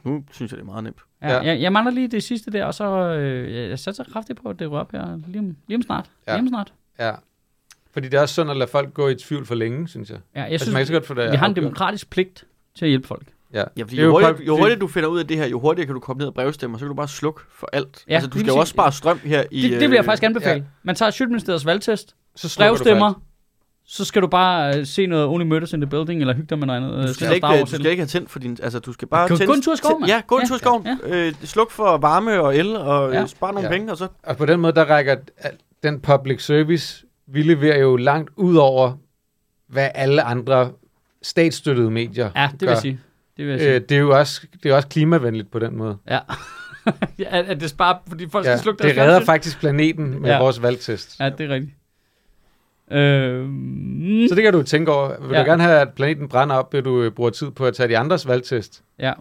S2: Nu synes jeg, det er meget nemt.
S1: Ja,
S3: Ja.
S1: ja. Jeg, jeg mangler lige det sidste der, og så øh, jeg, jeg satser kraftigt på, at det rører op her lige om, lige om snart. Ja.
S3: Ja.
S1: Lige om snart.
S3: Ja. Fordi det er også sundt at lade folk gå i tvivl for længe, synes jeg.
S1: Ja, jeg
S3: Jeg
S2: Altså,
S1: synes,
S3: synes, man kan så godt få det
S1: vi har en
S3: afgjort.
S1: demokratisk pligt til at hjælpe folk.
S3: Ja,
S2: Ja, fordi
S3: Det er
S2: jo,
S3: pop-
S2: hurtigt, jo
S3: det-
S2: hurtigere du finder ud af det her, jo hurtigere kan du komme ned og brevstemme, og så kan du bare slukke for alt.
S1: Ja,
S2: Ja, altså, du
S1: lige
S2: skal jo
S1: præcis.
S2: også spare strøm her i...
S1: Det, det vil jeg
S2: øh,
S1: faktisk anbefale.
S3: ja.
S1: Man tager Sjøtministeriets valgtest,
S3: så slukker du for
S1: brevstemmer, så skal du bare øh, se noget Only Murders in the Building, eller hygge dig med noget andet. øh,
S2: Du skal,
S1: Star
S2: ikke,
S1: Wars
S2: du skal
S1: eller-
S2: ikke have tændt for din... Altså, du skal bare
S1: Gå- gå
S2: tænde-
S1: en tur i skoven, mand.
S2: Ja, gå en
S1: Ja,
S2: tur i skoven.
S1: ja.
S2: Øh, sluk for varme og el, og
S1: Ja.
S2: ja. spar nogle
S3: Ja.
S2: ja. penge, og så...
S3: Og på den måde, der rækker al- den public service, vi leverer jo langt ud over, hvad alle andre statsstøttede medier
S1: Ja, det vil
S3: gør.
S1: jeg sige. Det vil jeg sige.
S3: Øh, det, er jo også, det er også klimavenligt på den måde.
S1: Ja. ja, at at det sparer, fordi folk ja,
S3: Ja,
S1: skal slukke
S3: det
S1: deres
S3: redder
S1: fjernsyn.
S3: faktisk planeten med
S1: Ja.
S3: ja. vores valgtest.
S1: Ja, det er rigtigt. Øh,
S3: Så det kan du tænke over. Vil
S1: Ja.
S3: ja. du gerne have, at planeten brænder op, vil du øh, bruge tid på at tage de andres valgtest?
S1: ja,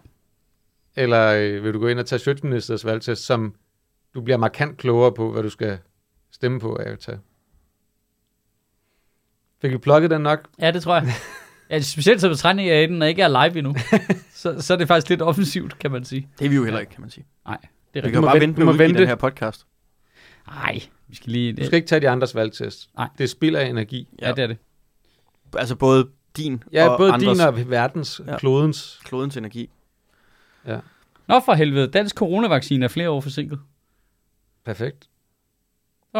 S3: Eller øh, vil du gå ind og tage Sjøtministers valgtest, som du bliver markant klogere på, hvad du skal stemme på af at tage? Fik vi plukket den nok?
S1: ja, det tror jeg. Ja, specielt som betragtning af, at den ikke er live endnu. så, så er det faktisk lidt offensivt, kan man sige.
S2: Det er vi jo heller ikke, kan man sige.
S1: Nej, det er
S2: Vi
S1: rigtigt.
S2: kan
S3: må
S2: bare
S3: vente-
S2: vente
S3: du
S2: med
S3: må
S2: at udgive
S3: vente.
S2: den her podcast.
S1: Nej, vi skal lige...
S3: Du skal ikke tage de andres valgtest.
S1: Nej.
S3: Det er spild af energi.
S1: Ja, det er det.
S2: Altså både din
S3: Ja,
S2: og
S3: både
S2: andres
S3: din og verdens, ja.
S2: Ja.
S3: klodens.
S2: klodens energi.
S1: Nå for helvede, dansk coronavaccine er flere år forsinket.
S3: Perfekt.
S1: Det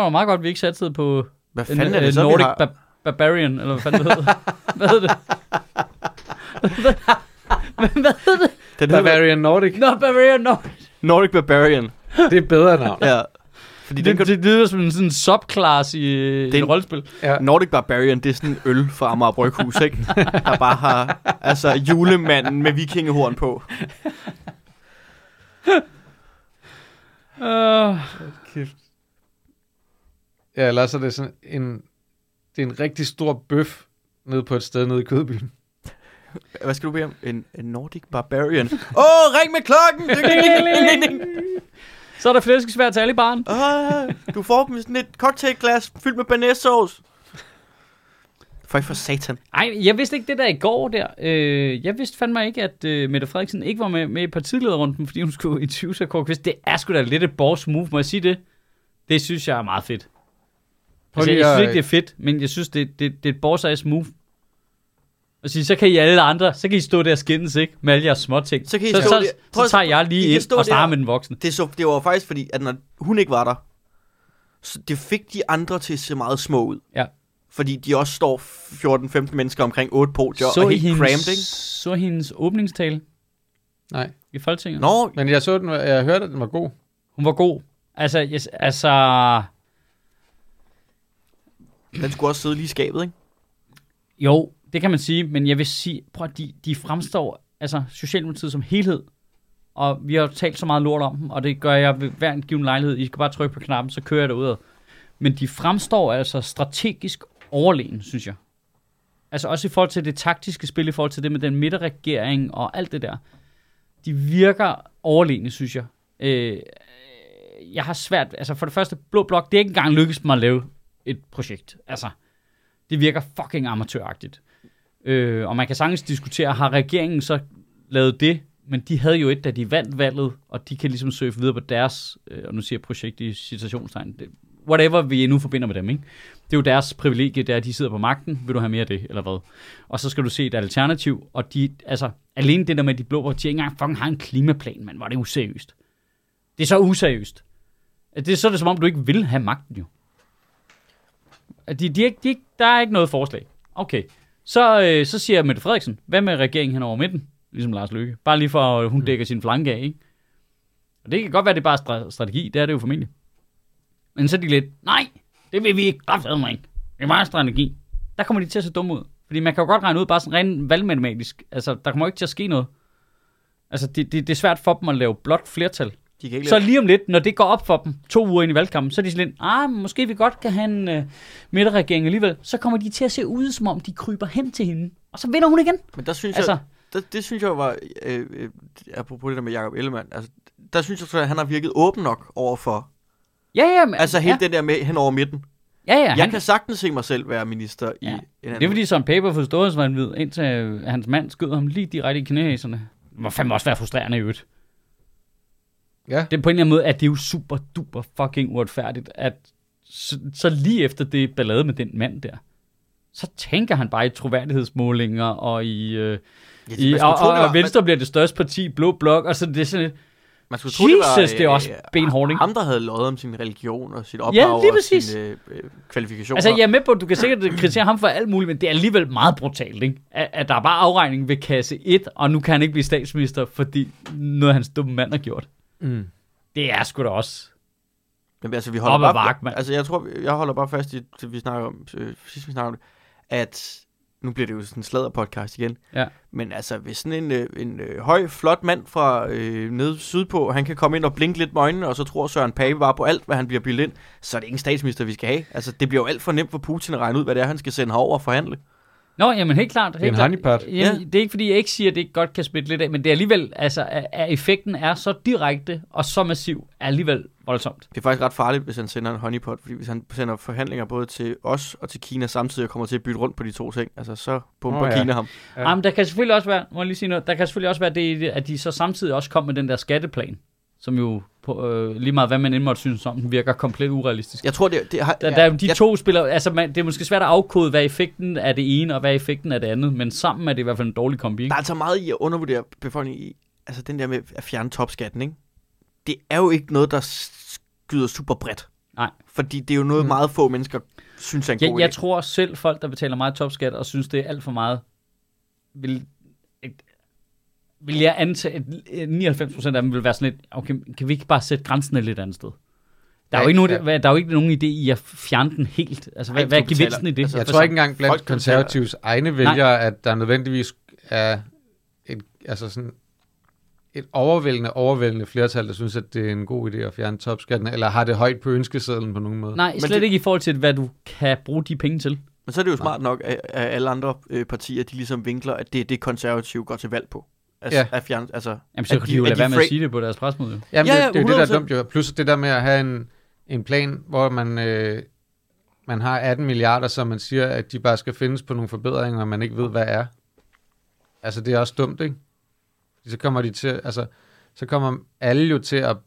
S1: var meget godt, at vi ikke satsede på
S2: Hvad
S1: en,
S2: fanden er det
S1: øh,
S2: så, vi
S1: Nordic
S2: har?
S1: bar- Barbarian, eller hvad fanden det hedder. hvad hedder det?
S2: Den hedder
S3: Bavarian Nordic.
S1: Nå, Barbarian Nordic.
S2: Nordic Barbarian.
S3: Det er et bedre navn.
S2: Ja. Fordi den,
S1: Det, det, det lyder som en sådan subclass i øh,
S2: Den-
S1: et rollespil.
S3: Ja.
S2: Nordic Barbarian, det er sådan en øl fra Amager Bryghus, ikke? Der bare har altså, julemanden med vikingehorn på.
S1: Uh,
S3: Kæft. Ja, eller også er det sådan en... Det er en rigtig stor bøf nede på et sted nede i Kødbyen.
S2: Hvad skal du bede om? En, en Nordic Barbarian. Åh, oh, ring med klokken! Ding, ding, ding, ding, ding, ding.
S1: så er der flæskesvær til alle i baren.
S2: Ah, du får dem i sådan et cocktailglas fyldt med banæssauce. For ikke for satan.
S1: Ej, jeg vidste ikke det der i går der. Øh, jeg vidste fandme ikke, at øh, Mette Frederiksen ikke var med, med i partilederrunden, fordi hun skulle i 20 kort quiz. Det er sgu da lidt et boss move, må jeg sige det? Det synes jeg er meget fedt. Altså, jeg,
S3: lige
S1: jeg synes
S3: at-
S1: ikke, det er fedt, men jeg synes, det, det, det er et boss ass move. Og sige, så kan I alle andre, så kan I stå der og skændes, ikke? Med alle jeres små ting.
S2: Så kan I
S1: så,
S2: stå der.
S1: så,
S2: Prøv
S1: så,
S2: at-
S1: tager jeg
S2: I
S1: lige
S2: kan
S1: ind
S2: stå
S1: og starter
S2: der.
S1: med den voksne.
S2: Det, så, det var jo faktisk fordi, at når hun ikke var der, så det fik de andre til at se meget små ud.
S1: Ja.
S2: Fordi de også står 14-15 mennesker omkring otte podier
S1: Så
S2: og
S1: I
S2: helt
S1: hendes,
S2: cramped, ikke?
S1: så hendes åbningstale
S3: Nej.
S1: i Folketinget?
S2: Nå,
S3: Men jeg så den, jeg hørte, at den var god.
S1: Hun var god. Altså, yes, altså...
S2: den skulle også sidde lige i skabet, ikke?
S1: Jo, det kan man sige, men jeg vil sige, prøv at de, de fremstår, altså Socialdemokratiet som helhed, og vi har jo talt så meget lort om dem, og det gør jeg ved hver en given lejlighed. I skal bare trykke på knappen, så kører jeg derudad. Men de fremstår altså strategisk overlegen, synes jeg. Altså også i forhold til det taktiske spil, i forhold til det med den midterregering og alt det der. De virker overlegne, synes jeg. Øh, jeg har svært, altså for det første, Blå Blok, det er ikke engang lykkedes mig at lave et projekt. Altså, det virker fucking amatøragtigt. Øh, og man kan sagtens diskutere, har regeringen så lavet det? Men de havde jo et, da de vandt valget, og de kan ligesom søge videre på deres, øh, og nu siger jeg projekt i citationstegn, det, whatever vi nu forbinder med dem, ikke? Det er jo deres privilegie, det er, at de sidder på magten. Vil du have mere af det, eller hvad? Og så skal du se et alternativ, og de, altså, alene det der med, at de blå partier ikke engang fucking har en klimaplan, man, var det useriøst. Det er så useriøst. At Det er så er det som om, du ikke vil have magten, jo. At De, de, er ikke- de, er ikke- der er ikke noget forslag. Okay. Så, øh, så siger Mette Frederiksen, hvad med regeringen hen over midten? Ligesom Lars Løkke. Bare lige for, at hun dækker sin flanke af, ikke? Og det kan godt være, det er bare stra- strategi. Det er det jo formentlig. Men så er de lidt, nej, det vil vi ikke. Kraftedeme ikke. Det er meget strategi. Der kommer de til at se dumme ud. Fordi man kan jo godt regne ud, bare sådan rent valgmatematisk. Altså, der kommer jo ikke til at ske noget. Altså, det, det, det er svært for dem at lave blot flertal.
S2: De kan ikke
S1: Så
S2: lave-
S1: lige om lidt, når det går op for dem, to uger ind i valgkampen, så er de sådan lidt, ah, men måske vi godt kan have en øh, midterregering alligevel. Så kommer de til at se ud, som om de kryber hen til hende. Og så vinder hun igen.
S2: Men der synes
S1: Altså-
S2: jeg, der, det synes jeg var, øh, øh, apropos det der med Jacob Ellemann, altså, der synes jeg, så, at han har virket åben nok overfor,
S1: Ja, ja. Men,
S2: altså hele
S1: ja,
S2: ja. den der med hen over midten.
S1: ja, ja,
S2: Jeg
S1: han,
S2: kan sagtens se mig selv være minister i
S1: Ja.
S2: en anden.
S1: Det er fordi Søren Pape forstod som han ved, indtil øh, hans mand skød ham lige direkte i knæhæserne. Det må fandme også være frustrerende i øvrigt.
S3: Ja.
S1: Det er på en eller anden måde, at det er jo super duper fucking uretfærdigt, at så, så lige efter det ballade med den mand der, så tænker han bare i troværdighedsmålinger og i... Øh,
S2: Ja,
S1: i
S2: man skulle
S1: og,
S2: tro,
S1: og,
S2: det var-
S1: og Venstre bliver det største parti, Blå Blok, og så det er sådan lidt,
S2: Man skulle
S1: Jesus, det er også benhårdt, ikke?
S2: øh, Ham, der havde løjet om sin religion og sit
S1: lige
S2: ophav og
S1: præcis.
S2: sine øh, øh, kvalifikationer.
S1: Altså, jeg er med på, at du kan sikkert kritisere ham for alt muligt, men det er alligevel meget brutalt, ikke? At, at der er bare afregning ved kasse 1, og nu kan han ikke blive statsminister, fordi noget hans dumme mand har gjort.
S3: Mm.
S1: Det er sgu da også.
S2: Jamen, altså, vi holder
S1: Op ad
S2: bare,
S1: bakke, mand.
S2: Altså, jeg tror, jeg holder bare fast i, til vi snakker om, øh, sidst vi snakker om det, at nu bliver det jo sådan en sladderpodcast igen.
S1: Ja.
S2: Men altså, hvis sådan en, øh, en øh, høj, flot mand fra øh, nede sydpå, han kan komme ind og blinke lidt med øjnene, og så tror Søren Pape bare på alt, hvad han bliver bildt ind, så er det ingen statsminister, vi skal have. Altså, det bliver jo alt for nemt for Putin at regne ud, hvad det er, han skal sende herover og forhandle.
S1: Nå, jamen helt klart. Helt
S3: Det er en
S1: klart.
S3: honeypot.
S1: Jamen, Det er ikke, fordi jeg ikke siger, at det ikke godt kan smitte lidt af, men det er alligevel, altså, at at effekten er så direkte og så massiv, er alligevel voldsomt.
S2: Det er faktisk ret farligt, hvis han sender en honeypot, fordi hvis han sender forhandlinger både til os og til Kina samtidig og kommer til at bytte rundt på de to ting, altså så pumper
S3: Nå
S2: oh,
S3: ja.
S2: ja. Kina ham.
S1: Ja.
S3: Ja.
S1: Jamen, der kan selvfølgelig også være, må jeg lige sige noget, der kan selvfølgelig også være det, i det, at de så samtidig også kom med den der skatteplan, som jo på, øh, lige meget hvad man end måtte synes om, den virker komplet urealistisk.
S2: Jeg tror, det, det har...
S1: Der, der er jo de
S2: jeg,
S1: to spillere, altså man, det er måske svært at afkode, hvad effekten af det ene og hvad effekten af det andet, men sammen er det i hvert fald en dårlig kombi.
S2: Der
S1: Ikke?
S2: er altså meget i at undervurdere befolkningen i, altså den der med at fjerne topskatten, ikke? Det er jo ikke noget, der skyder super bredt.
S1: Nej.
S2: Fordi det er jo noget, mm. meget få mennesker synes er en
S1: Jeg,
S2: god
S1: jeg
S2: idé.
S1: tror selv folk, der betaler meget topskat og synes, det er alt for meget, vil, et- vil jeg antage, at 99% af dem vil være sådan lidt, okay, kan vi ikke bare sætte grænsen et lidt andet sted? Der er, jo
S3: Ja,
S1: ikke nogen,
S3: ja.
S1: hvad- der er jo ikke nogen idé i at fjerne den helt. Altså, hvad,
S2: Ej,
S1: hvad er
S2: du betaler-
S1: gevinsten i det?
S2: altså,
S3: Jeg
S2: for
S3: tror
S2: så-
S3: ikke engang blandt
S2: folk betaler-
S3: konservatives egne vælgere, at der nødvendigvis er et, altså sådan et overvældende, overvældende flertal, der synes, at det er en god idé at fjerne topskatten, eller har det højt på ønskesedlen på nogen måde.
S1: Nej,
S2: Men
S1: slet
S2: det-
S1: ikke i forhold til, hvad du kan bruge de penge til.
S2: Men så er det jo smart nok, at, at alle andre øh, partier, de ligesom vinkler, at det er det, konservative går til valg på. Altså,
S3: Ja.
S2: at fjerne, altså,
S1: Jamen, så
S2: at
S1: kan de jo lade være med
S2: free-
S1: at sige det på deres presmøde. jo.
S3: Jamen,
S2: Ja,
S3: ja,
S2: ja,
S3: det, det er jo det, der
S2: 100%.
S3: er dumt jo. Plus det der med at have en, en plan, hvor man, øh, man har 18 milliarder, så man siger, at de bare skal findes på nogle forbedringer, og man ikke ved, hvad er. Altså, det er også dumt, ikke? Fordi Så kommer de til, altså, så kommer alle jo til at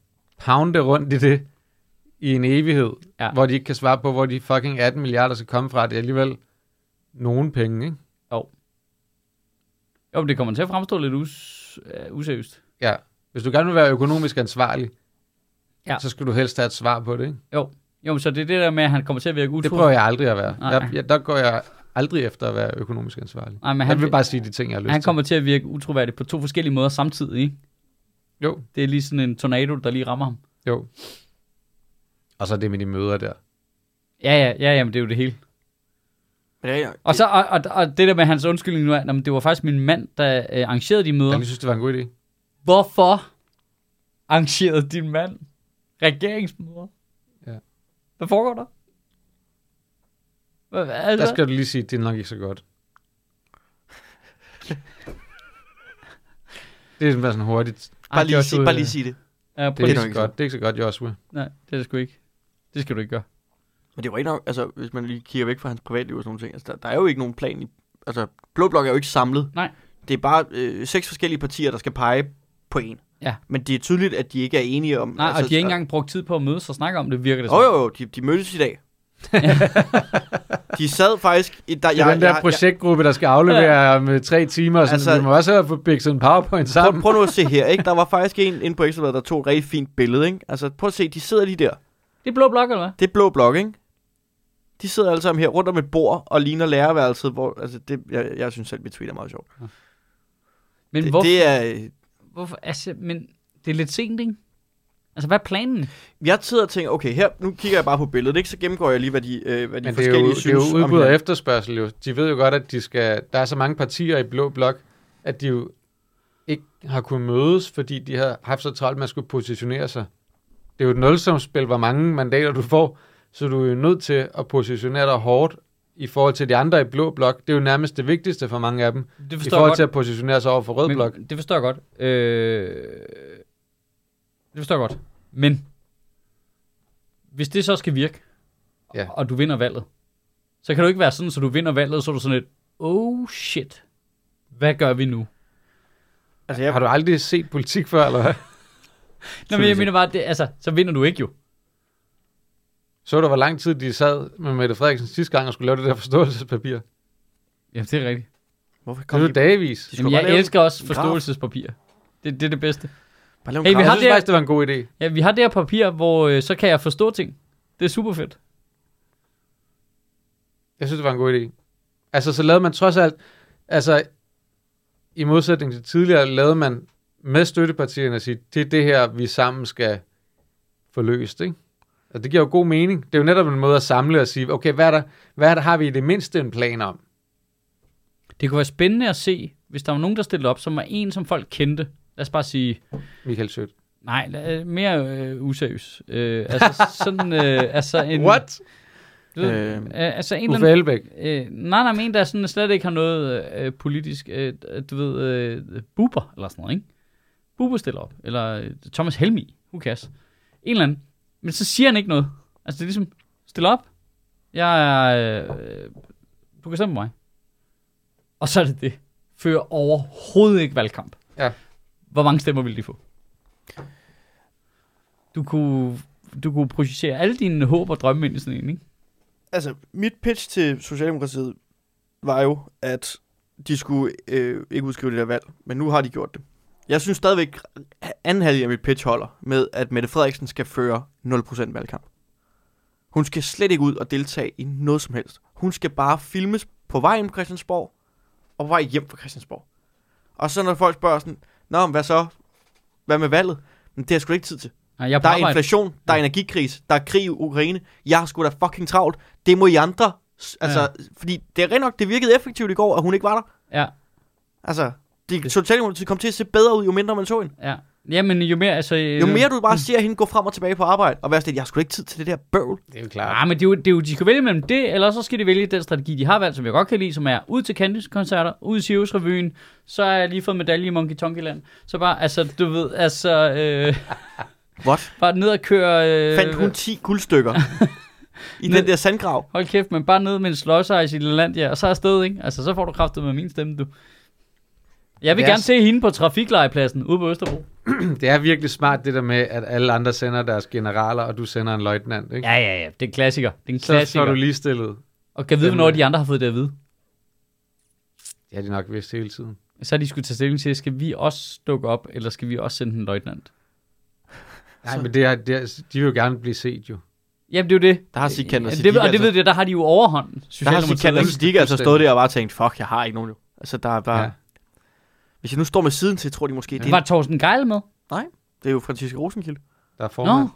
S3: pounde rundt i det i en evighed,
S1: Ja.
S3: ja. hvor de ikke kan svare på, hvor de fucking 18 milliarder skal komme fra. Det er alligevel nogen penge, ikke?
S1: Jo, men det kommer til at fremstå lidt us- øh, useriøst.
S3: Ja. Hvis du gerne vil være økonomisk ansvarlig,
S1: Ja.
S3: ja. så skal du helst have et svar på det, ikke?
S1: Jo, men så det er det der med, at han kommer til at virke utro.
S3: Det prøver jeg aldrig at være.
S1: Nej.
S3: Jeg, jeg, der går jeg aldrig efter at være økonomisk ansvarlig.
S1: Nej, men
S3: Han, jeg
S1: han,
S3: vil bare sige de ting, jeg har lyst
S1: han kommer til at virke utroværdig på to forskellige måder samtidig, ikke?
S3: til. Jo,
S1: Det er lige sådan en tornado, der lige rammer ham.
S3: jo. Og så er det med de møder der.
S1: Ja, ja, ja, jamen, det er jo det hele.
S2: Ja, ja,
S1: Og, så, og, og, og det der med hans undskyldning nu er, jamen, det var faktisk min mand, der øh, arrangerede de møder.
S3: Jeg synes, det var en god idé.
S1: Hvorfor arrangerede din mand regeringsmøder?
S3: Ja.
S1: Hvad foregår der? Hvad, altså,
S3: Der skal du lige sige, at det er nok ikke så godt. Det er bare sådan hurtigt.
S1: Ej,
S2: bare, lige,
S1: Joshua,
S2: sig, bare lige sige det.
S1: Ja,
S3: Det er,
S1: det,
S3: ikke
S2: nok
S3: så
S2: ikke så
S3: godt. Det er ikke så godt, Joshua.
S1: nej, det er det sgu ikke. Det skal du ikke gøre.
S2: Men det var ikke nok, altså, hvis man lige kigger væk fra hans privatliv og sådan nogle ting, altså, der, der er jo ikke nogen plan i, altså, Blå Blok er jo ikke samlet.
S1: Nej.
S2: Det er bare øh, seks forskellige partier, der skal pege på en.
S1: Ja.
S2: Men det er tydeligt, at de ikke er enige om...
S1: Nej, altså, og de har ikke engang brugt tid på at mødes og snakke om det, virker det
S2: Åh, oh, jo, jo, de, de mødtes i dag. de sad faktisk... I, der,
S3: Det er den der projektgruppe, der skal aflevere om øh, tre timer. og Sådan,
S2: Altså-
S3: altså, vi må også have få bækket sådan en powerpoint
S2: prøv,
S3: sammen.
S2: prøv nu at se her, ikke? Der var faktisk en inde på Ekstrabladet, der tog et rigtig fint billede, ikke? Altså, prøv at se, de sidder lige der.
S1: Det er blå blok, eller hvad?
S2: Det er blå blok, ikke? De sidder alle sammen her rundt om et bord og ligner lærerværelset, hvor... Altså, det, jeg, jeg synes selv, mit tweet er meget sjovt.
S1: Men
S2: Det,
S1: hvorfor?
S2: det er... øh,
S1: Hvorfor? Altså, men det er lidt sent, ikke? Altså, hvad er planen?
S2: Jeg sidder og tænker, okay, her, nu kigger jeg bare på billedet, ikke? Så gennemgår jeg lige, hvad de, øh, hvad de
S3: Men det er,
S2: forskellige
S3: jo, det er
S2: synes
S3: jo
S2: om
S3: udbud og
S2: hinanden.
S3: efterspørgsel jo. De ved jo godt, at de skal, der er så mange partier i Blå Blok, at de jo ikke har kunnet mødes, fordi de har haft så travlt med at skulle positionere sig. Det er jo et nulsumsspil, hvor mange mandater du får, så du er jo nødt til at positionere dig hårdt i forhold til de andre i Blå Blok. Det er jo nærmest det vigtigste for mange af dem,
S1: Det
S3: i forhold til at positionere sig over for Rød Blok.
S1: Men, det forstår jeg godt. Øh, det forstår jeg godt. Men hvis det så skal virke,
S3: Ja.
S1: og du vinder valget, så kan du ikke være sådan, så du vinder valget, så er du sådan lidt, oh shit, hvad gør vi nu?
S2: Altså,
S3: Har
S2: jeg,
S3: du aldrig set politik før, eller hvad?
S1: Nå, men jeg mener bare, det, altså, så vinder du ikke jo.
S3: Så du, hvor lang tid de sad med Mette Frederiksen sidste gang og skulle lave det der forståelsespapir?
S1: Jamen, det er rigtigt.
S2: hvorfor kom
S3: Det er jo
S2: de,
S3: dagevis.
S2: de skulle
S1: Jamen,
S2: bare
S1: jeg
S2: lave
S1: elsker også
S2: en graf.
S1: forståelsespapir. Det, det er det bedste.
S2: Bare lav en
S1: Hey,
S2: hey,
S1: vi
S3: Jeg
S1: har
S3: synes
S1: det-
S3: faktisk, det var en god idé.
S1: Ja, vi har det her papir, hvor øh, så kan jeg forstå ting. Det er super fedt.
S3: Jeg synes, det var en god idé. Altså, så lavede man trods alt... Altså, i modsætning til tidligere, lavede man med støttepartierne at sige, det er det her, vi sammen skal få løst, ikke? Og det giver jo god mening. Det er jo netop en måde at samle og sige, okay, hvad er der, hvad er der har vi i det mindste en plan om?
S1: Det kunne være spændende at se, hvis der var nogen, der stillede op, som var en, som folk kendte. Lad os bare sige,
S3: Michael Sødt.
S1: nej, la- mere øh, useriøs. Øh, altså sådan, øh, altså en...
S3: What?
S1: Du ved,
S2: Øh,
S1: øh, altså en
S3: Uffe
S1: eller
S3: Elbæk.
S1: anden... Øh, nej, nej, men en, der sådan, slet ikke har noget øh, politisk, øh, du ved, øh, buber eller sådan noget, ikke? Buber stiller op, eller øh, Thomas Helmi, who cares? En eller anden. Men så siger han ikke noget. Altså det er ligesom, stil op. Jeg er, øh, du kan stemme på mig. Og så er det det. Fører overhovedet ikke valgkamp.
S3: Ja.
S1: Hvor mange stemmer ville de få? Du kunne, du kunne projicere alle dine håb og drømme ind i sådan en, ikke?
S2: altså, mit pitch til Socialdemokratiet var jo, at de skulle øh, ikke udskrive det der valg, men nu har de gjort det. Jeg synes stadigvæk, anden halvdel af mit pitch holder med, at Mette Frederiksen skal føre 0% valgkamp. Hun skal slet ikke ud og deltage i noget som helst. Hun skal bare filmes på vej hjem fra Christiansborg, og på vej hjem fra Christiansborg. Og så når folk spørger sådan, Nå, men hvad så? Hvad med valget? Men det har jeg sgu da ikke tid til.
S1: Nej, jeg er på
S2: Der er
S1: arbejde.
S2: inflation, der er energikris, der er krig i Ukraine. Jeg har sgu da fucking travlt. Det må I andre. s- Altså, ja. fordi det er rent nok, det virkede effektivt i går, at hun ikke var der.
S1: Ja,
S2: Altså, det Socialdemokratiet kom til at se bedre ud, jo mindre man så hende.
S1: ja. Jamen, jo mere, altså...
S2: Jo mere du bare ser hende gå frem og tilbage på arbejde, og være sådan, jeg har sgu da ikke tid til det der bøvl.
S3: Det er jo klart.
S1: Ja, Ah, men det er jo, det er jo, de skal vælge mellem det, eller så skal de vælge den strategi, de har valgt, som jeg godt kan lide, som er ud til Candice-koncerter, ud til Revyen, så har jeg lige fået medalje i Monkey Tonky Land. Så bare, altså, du ved, altså, øh,
S2: What?
S1: bare ned og køre... Øh,
S2: Fandt hun 10 guldstykker i
S1: Ned-
S2: den der sandgrav.
S1: Hold kæft, men bare ned med en sløjsejs i Lalandia, og så afsted, ikke? Altså, så får du kraftet med min stemme, du. Jeg vil
S3: Det er
S1: gerne
S3: s-
S1: se hende på trafiklejepladsen ude på Østerbro.
S3: Det er virkelig smart, det der med, at alle andre sender deres generaler, og du sender en løjtnant, ikke?
S1: Ja, ja, ja. Det er en klassiker. Det er en
S3: så, så
S1: klassiker.
S3: er du lige stillet.
S1: Og kan vide, hvornår de andre har fået det at vide.
S3: Det har de nok vidst hele tiden.
S1: Så har de skulle tage stilling til, skal vi også dukke op, eller skal vi også sende en løjtnant?
S3: Nej, men det er, det er, de vil jo gerne blive set, jo.
S1: Jamen, det er jo det.
S2: Der har Sikander
S1: Ja,
S2: Siddiq,
S1: det, og det
S2: altså-
S1: ved jeg, der har de jo overhånden.
S2: Der har Sikander
S1: Socialdemokratiet.
S2: Siddiq altså stået der og bare tænkt, fuck, jeg har ikke nogen jo. Altså, der er bare...
S3: Ja.
S2: Hvis jeg nu står med siden til, tror de måske, det, er,
S1: Var Thorsten Geil med?
S2: det er jo Francisca Rosenkilde.
S3: Der er
S1: Nå,
S3: formand.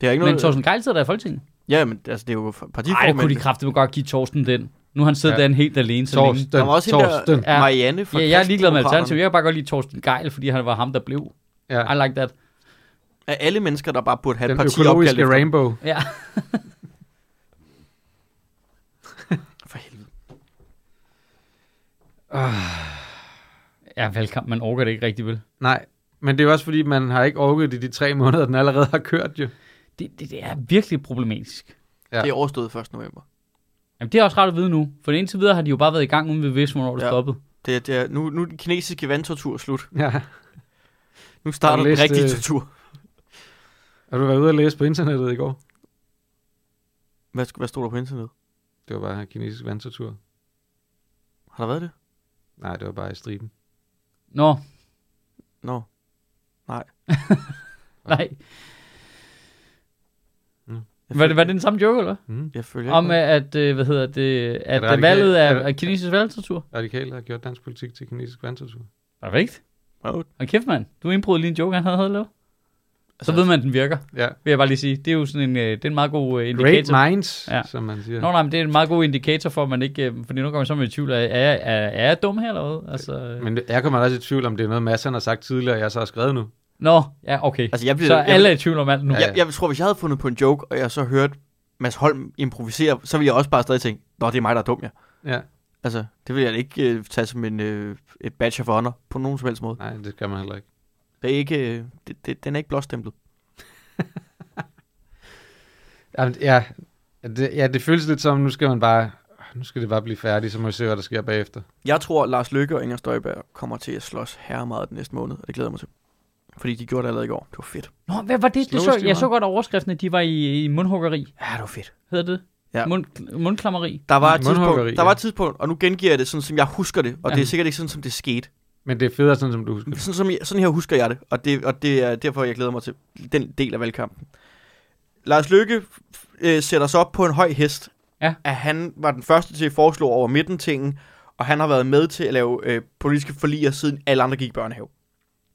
S2: Det er ikke
S1: men
S2: noget...
S1: Thorsten Geil sidder der i Folketinget.
S2: Ja, men altså, det er jo
S1: Nej, det
S2: partiformænd.
S1: kunne de kraftedeme godt give Thorsten den. Nu har han siddet ja.
S3: Ja.
S1: derinde helt alene så længe.
S3: Torsten.
S2: Der var også Torsten. hende
S1: Ja.
S2: der, Marianne fra
S1: Ja, jeg er ligeglad med Alternativet.
S2: Kristendemokraterne.
S1: Jeg kan bare godt lide Thorsten Geil, fordi han var ham, der blev.
S3: Ja.
S1: I like that.
S2: Af alle mennesker, der bare burde have
S3: Den
S2: et parti opkaldt
S3: økologiske
S2: efter.
S3: rainbow.
S1: Ja.
S2: For helvede.
S1: Ja, velkommen. Man overgår det ikke rigtig, vel?
S3: Nej, men det er jo også fordi, man har ikke orket det i de tre måneder, den allerede har kørt jo.
S1: Det, det, det er virkelig problematisk.
S3: Ja.
S2: Det er overstået 1. november.
S1: Jamen, det er også rart at vide nu. For indtil videre har de jo bare været i gang, uden vi vidste, hvornår det
S2: Ja.
S1: stoppede.
S2: Det, er- det er, nu, nu er den kinesiske vandtortur slut.
S3: Ja.
S2: Nu starter
S3: Og
S2: den
S3: læste-
S2: rigtige tortur.
S3: Har du været ude og læse på internettet i går?
S2: Hvad, sk- hvad stod der på internet?
S3: Det var bare en kinesisk vandtortur.
S2: Har der været det?
S3: Nej, det var bare i striben.
S1: Nå,
S2: Nå. No.
S1: nej.
S2: Jeg
S1: Var
S2: føl-
S1: det, var det den samme joke, eller?
S3: Mm.
S2: Jeg følger
S1: Om
S2: ikke med.
S1: øh, at, øh, hvad hedder det, at,
S3: radikal-
S1: at valget er,
S3: er det-
S1: er kinesisk valgtortur.
S3: Radikale har gjort dansk politik til kinesisk vandtortur.
S1: Perfekt.
S2: Jo,
S1: Og kæft, mand. Du indbrød lige en joke, han havde havde lavet. Så
S2: altså,
S1: ved man, at den virker,
S3: Ja.
S1: vil jeg bare lige sige. Det er jo sådan en, øh, det er en meget god øh,
S3: Great
S1: indikator.
S3: minds,
S1: Ja.
S3: ja. som man siger.
S1: Nå, nej, men det er en meget god indikator for, at man ikke... Øh, fordi nu kommer jeg så med i tvivl, er, er, jeg- er, er jeg dum her eller hvad? Altså, øh,
S3: Men jeg kommer også i tvivl om, det er noget, Massan har sagt tidligere, og jeg så har skrevet nu.
S1: nå, ja, okay.
S2: altså jeg, bliver,
S1: Så
S2: jeg,
S1: alle er i tvivl om alt nu.
S3: Ja,
S2: jeg, jeg, jeg, tror, hvis jeg havde fundet på en joke, og jeg så hørte Mads Holm improvisere, så ville jeg også bare stadig tænke, Nå, det er mig, der er dum, ja.
S3: Ja.
S2: Altså, det vil jeg da ikke øh, tage som en, øh, et badge of honor på nogen som helst måde.
S3: Nej, det skal man heller ikke.
S2: Det er ikke, øh, det, det, den er ikke blåstemplet.
S3: Jamen, ja, det, ja, det føles lidt som, nu skal man bare, nu skal det bare blive færdigt, så må vi se, hvad der sker bagefter.
S2: Jeg tror, at Lars Løkke og Inger Støjberg kommer til at slås her meget den næste måned, og det glæder jeg mig til. Fordi de gjorde det allerede i går. Det var fedt.
S1: Nå, hvad var det? det så,
S3: Slås de
S1: jeg så
S3: meget?
S1: godt overskriften, at de var i, i mundhuggeri.
S2: Ja, det var fedt.
S1: Hedder det?
S2: Ja.
S1: Mund, mundklammeri.
S2: Der var, et
S3: Mundhuggeri,
S2: tidspunkt, der
S3: ja.
S2: var et tidspunkt, og nu gengiver jeg det sådan, som jeg husker det, og det
S1: Ja.
S2: er sikkert ikke sådan, som det skete.
S3: Men det er federe, sådan som du husker. det.
S2: Sådan, som jeg, sådan her husker jeg det, og det, og det er derfor, jeg glæder mig til den del af valgkampen. Lars Løkke øh, sætter sig op på en høj hest,
S1: Ja.
S2: at han var den første til at foreslå over midten tingen, og han har været med til at lave øh, politiske forliger, siden alle andre gik i børnehave.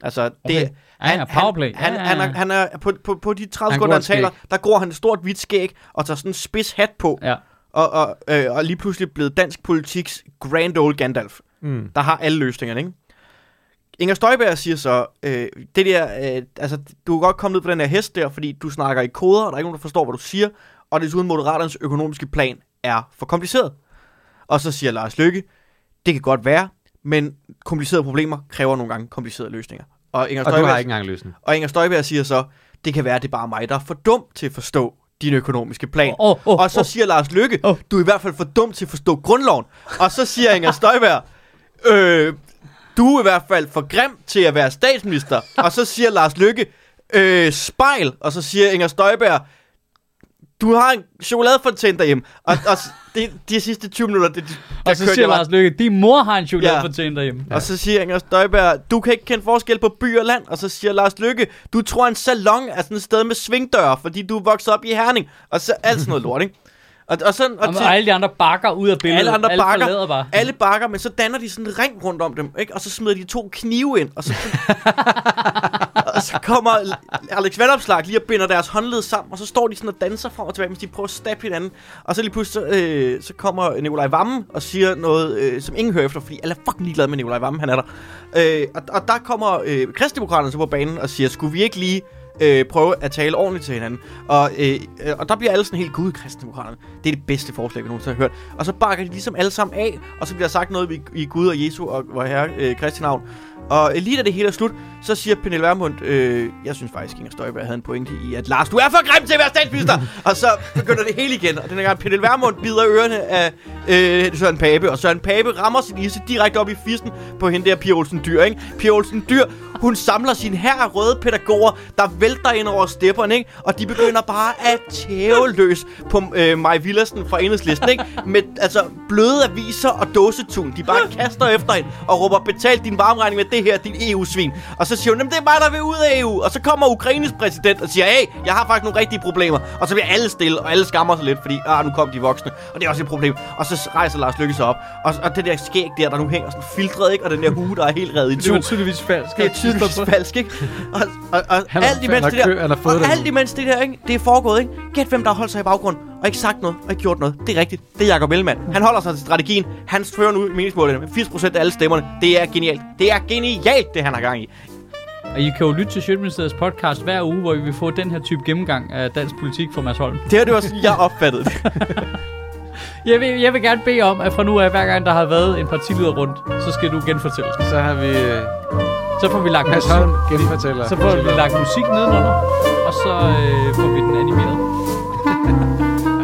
S2: Altså, det,
S1: Okay. Ja, ja, powerplay.
S2: Han,
S1: Ja,
S2: han,
S1: ja,
S2: han,
S1: ja.
S2: er, han er, på, på, på de 30
S1: Han
S2: sekunder,
S1: gror
S2: han
S1: et skæg.
S2: taler, der gror han et stort hvidt skæg, og tager sådan en spids hat på,
S1: Ja.
S2: og, og, øh, og lige pludselig blevet dansk politiks grand old Gandalf
S3: Mm.
S2: der har alle løsningerne, ikke? Inger Støjberg siger så, øh, det der, øh, altså, du kan godt komme ned på den her hest der, fordi du snakker i koder, og der er ikke nogen, der forstår, hvad du siger, og desuden Moderaternes økonomiske plan er for kompliceret. Og så siger Lars Lykke, det kan godt være, men komplicerede problemer kræver nogle gange komplicerede løsninger. Og Inger
S3: Og du
S2: Støjberg,
S3: har ikke engang løsning.
S2: og Inger Støjberg siger så, det kan være, det er bare mig, der er for dum til at forstå din økonomiske plan.
S1: Åh, åh, åh,
S2: og så
S1: åh.
S2: siger Lars Lykke,
S1: Åh.
S2: du er i hvert fald for dum til at forstå grundloven. Og så siger Inger Støjberg, øh, du er i hvert fald for grim til at være statsminister. Og så siger Lars Lykke, øh, spejl. Og så siger Inger Støjberg, du har en chokoladefontaine derhjemme. Og, og s- det, de sidste 20 minutter, det, det, der
S1: Og så
S2: kørte
S1: siger
S2: jeg bare-
S1: Lars Lykke, din mor har en chokoladefontaine ja. derhjemme.
S2: Ja. Og så siger Inger Støjberg, du kan ikke kende forskel på by og land. Og så siger Lars Lykke, du tror en salon er sådan et sted med svingdøre, fordi du er vokset op i Herning. Og så alt sådan noget lort, ikke? Og, og, sådan, og,
S1: Og,
S2: til,
S1: og alle de andre bakker ud af billedet.
S2: alle andre bakker,
S1: forlader bare.
S2: alle bakker, men så danner de sådan en ring rundt om dem, ikke? Og så smider de to knive ind, og så, og så kommer Alex Vandopslag lige og binder deres håndled sammen, og så står de sådan og danser frem og tilbage, mens de prøver at stabbe hinanden. Og så lige pludselig, så, øh, så kommer Nikolaj Vammen og siger noget, øh, som ingen hører efter, fordi alle er fucking ligeglade med Nikolaj Vammen, han er der. Øh, og, og der kommer øh, Kristdemokraterne så på banen og siger, skulle vi ikke lige øh, prøve at tale ordentligt til hinanden. Og, øh, øh, og der bliver alle sådan helt, gud, kristendemokraterne, det er det bedste forslag, vi nogensinde har hørt. Og så bakker de ligesom alle sammen af, og så bliver der sagt noget i, i Gud og Jesu og vor herre øh, Kristi navn. Og øh, lige da det hele er slut, så siger Pernille Vermund, øh, jeg synes faktisk, Inger Støjberg havde en pointe i, at Lars, du er for grim til at være statsminister! og så begynder det hele igen, og den her gang Pernille Vermund bider ørerne af øh, Søren Pape, og Søren Pape rammer sin isse direkte op i fisten på hende der Pia Olsen Dyr, ikke? Pia Olsen Dyr, hun samler sin her af røde pædagoger, der vælter ind over stepperne, ikke? Og de begynder bare at tæve løs på øh, Maj Villersen fra Enhedslisten, ikke? Med altså bløde aviser og dåsetun. De bare kaster efter hende og råber, betal din varmregning med det her, din EU-svin. Og så siger hun, "Jamen, det er mig, der vil ud af EU. Og så kommer Ukraines præsident og siger, hey, jeg har faktisk nogle rigtige problemer. Og så bliver alle stille, og alle skammer sig lidt, fordi, ah, nu kom de voksne. Og det er også et problem. Og så rejser Lars Lykke sig op. Og, og det der skæg der, der nu hænger sådan filtret, ikke? Og den der hue, der er helt reddet i
S1: Det var
S2: to.
S1: tydeligvis falsk.
S2: Det er tydeligvis falsk, ikke? Og, og, og
S3: Han har
S2: alt imens
S3: nok
S2: det der,
S3: kø- eller fået
S2: og
S3: det.
S2: alt imens det der, ikke? Det er foregået, ikke? Gæt hvem, der har holdt sig i baggrunden, og ikke sagt noget, og ikke gjort noget. Det er rigtigt. Det er Jacob Ellemann. Han holder sig til strategien. Han fører nu i meningsmålene med 80% af alle stemmerne. Det er genialt. Det er genialt, det han har gang i.
S1: Og I kan jo lytte til Sjøtministeriets podcast hver uge, hvor vi vil få den her type gennemgang af dansk politik fra Mads Holm.
S2: Det er det også, jeg opfattede det.
S1: Jeg vil, jeg vil gerne bede om, at fra nu af, hver gang der har været en partileder rundt, så skal du genfortælle.
S3: Så har vi øh,
S1: Så får vi lagt,
S3: Mads
S1: musik,
S3: Holm genfortæller.
S1: så får vi lagt musik nedenunder, og så øh, får vi den animeret.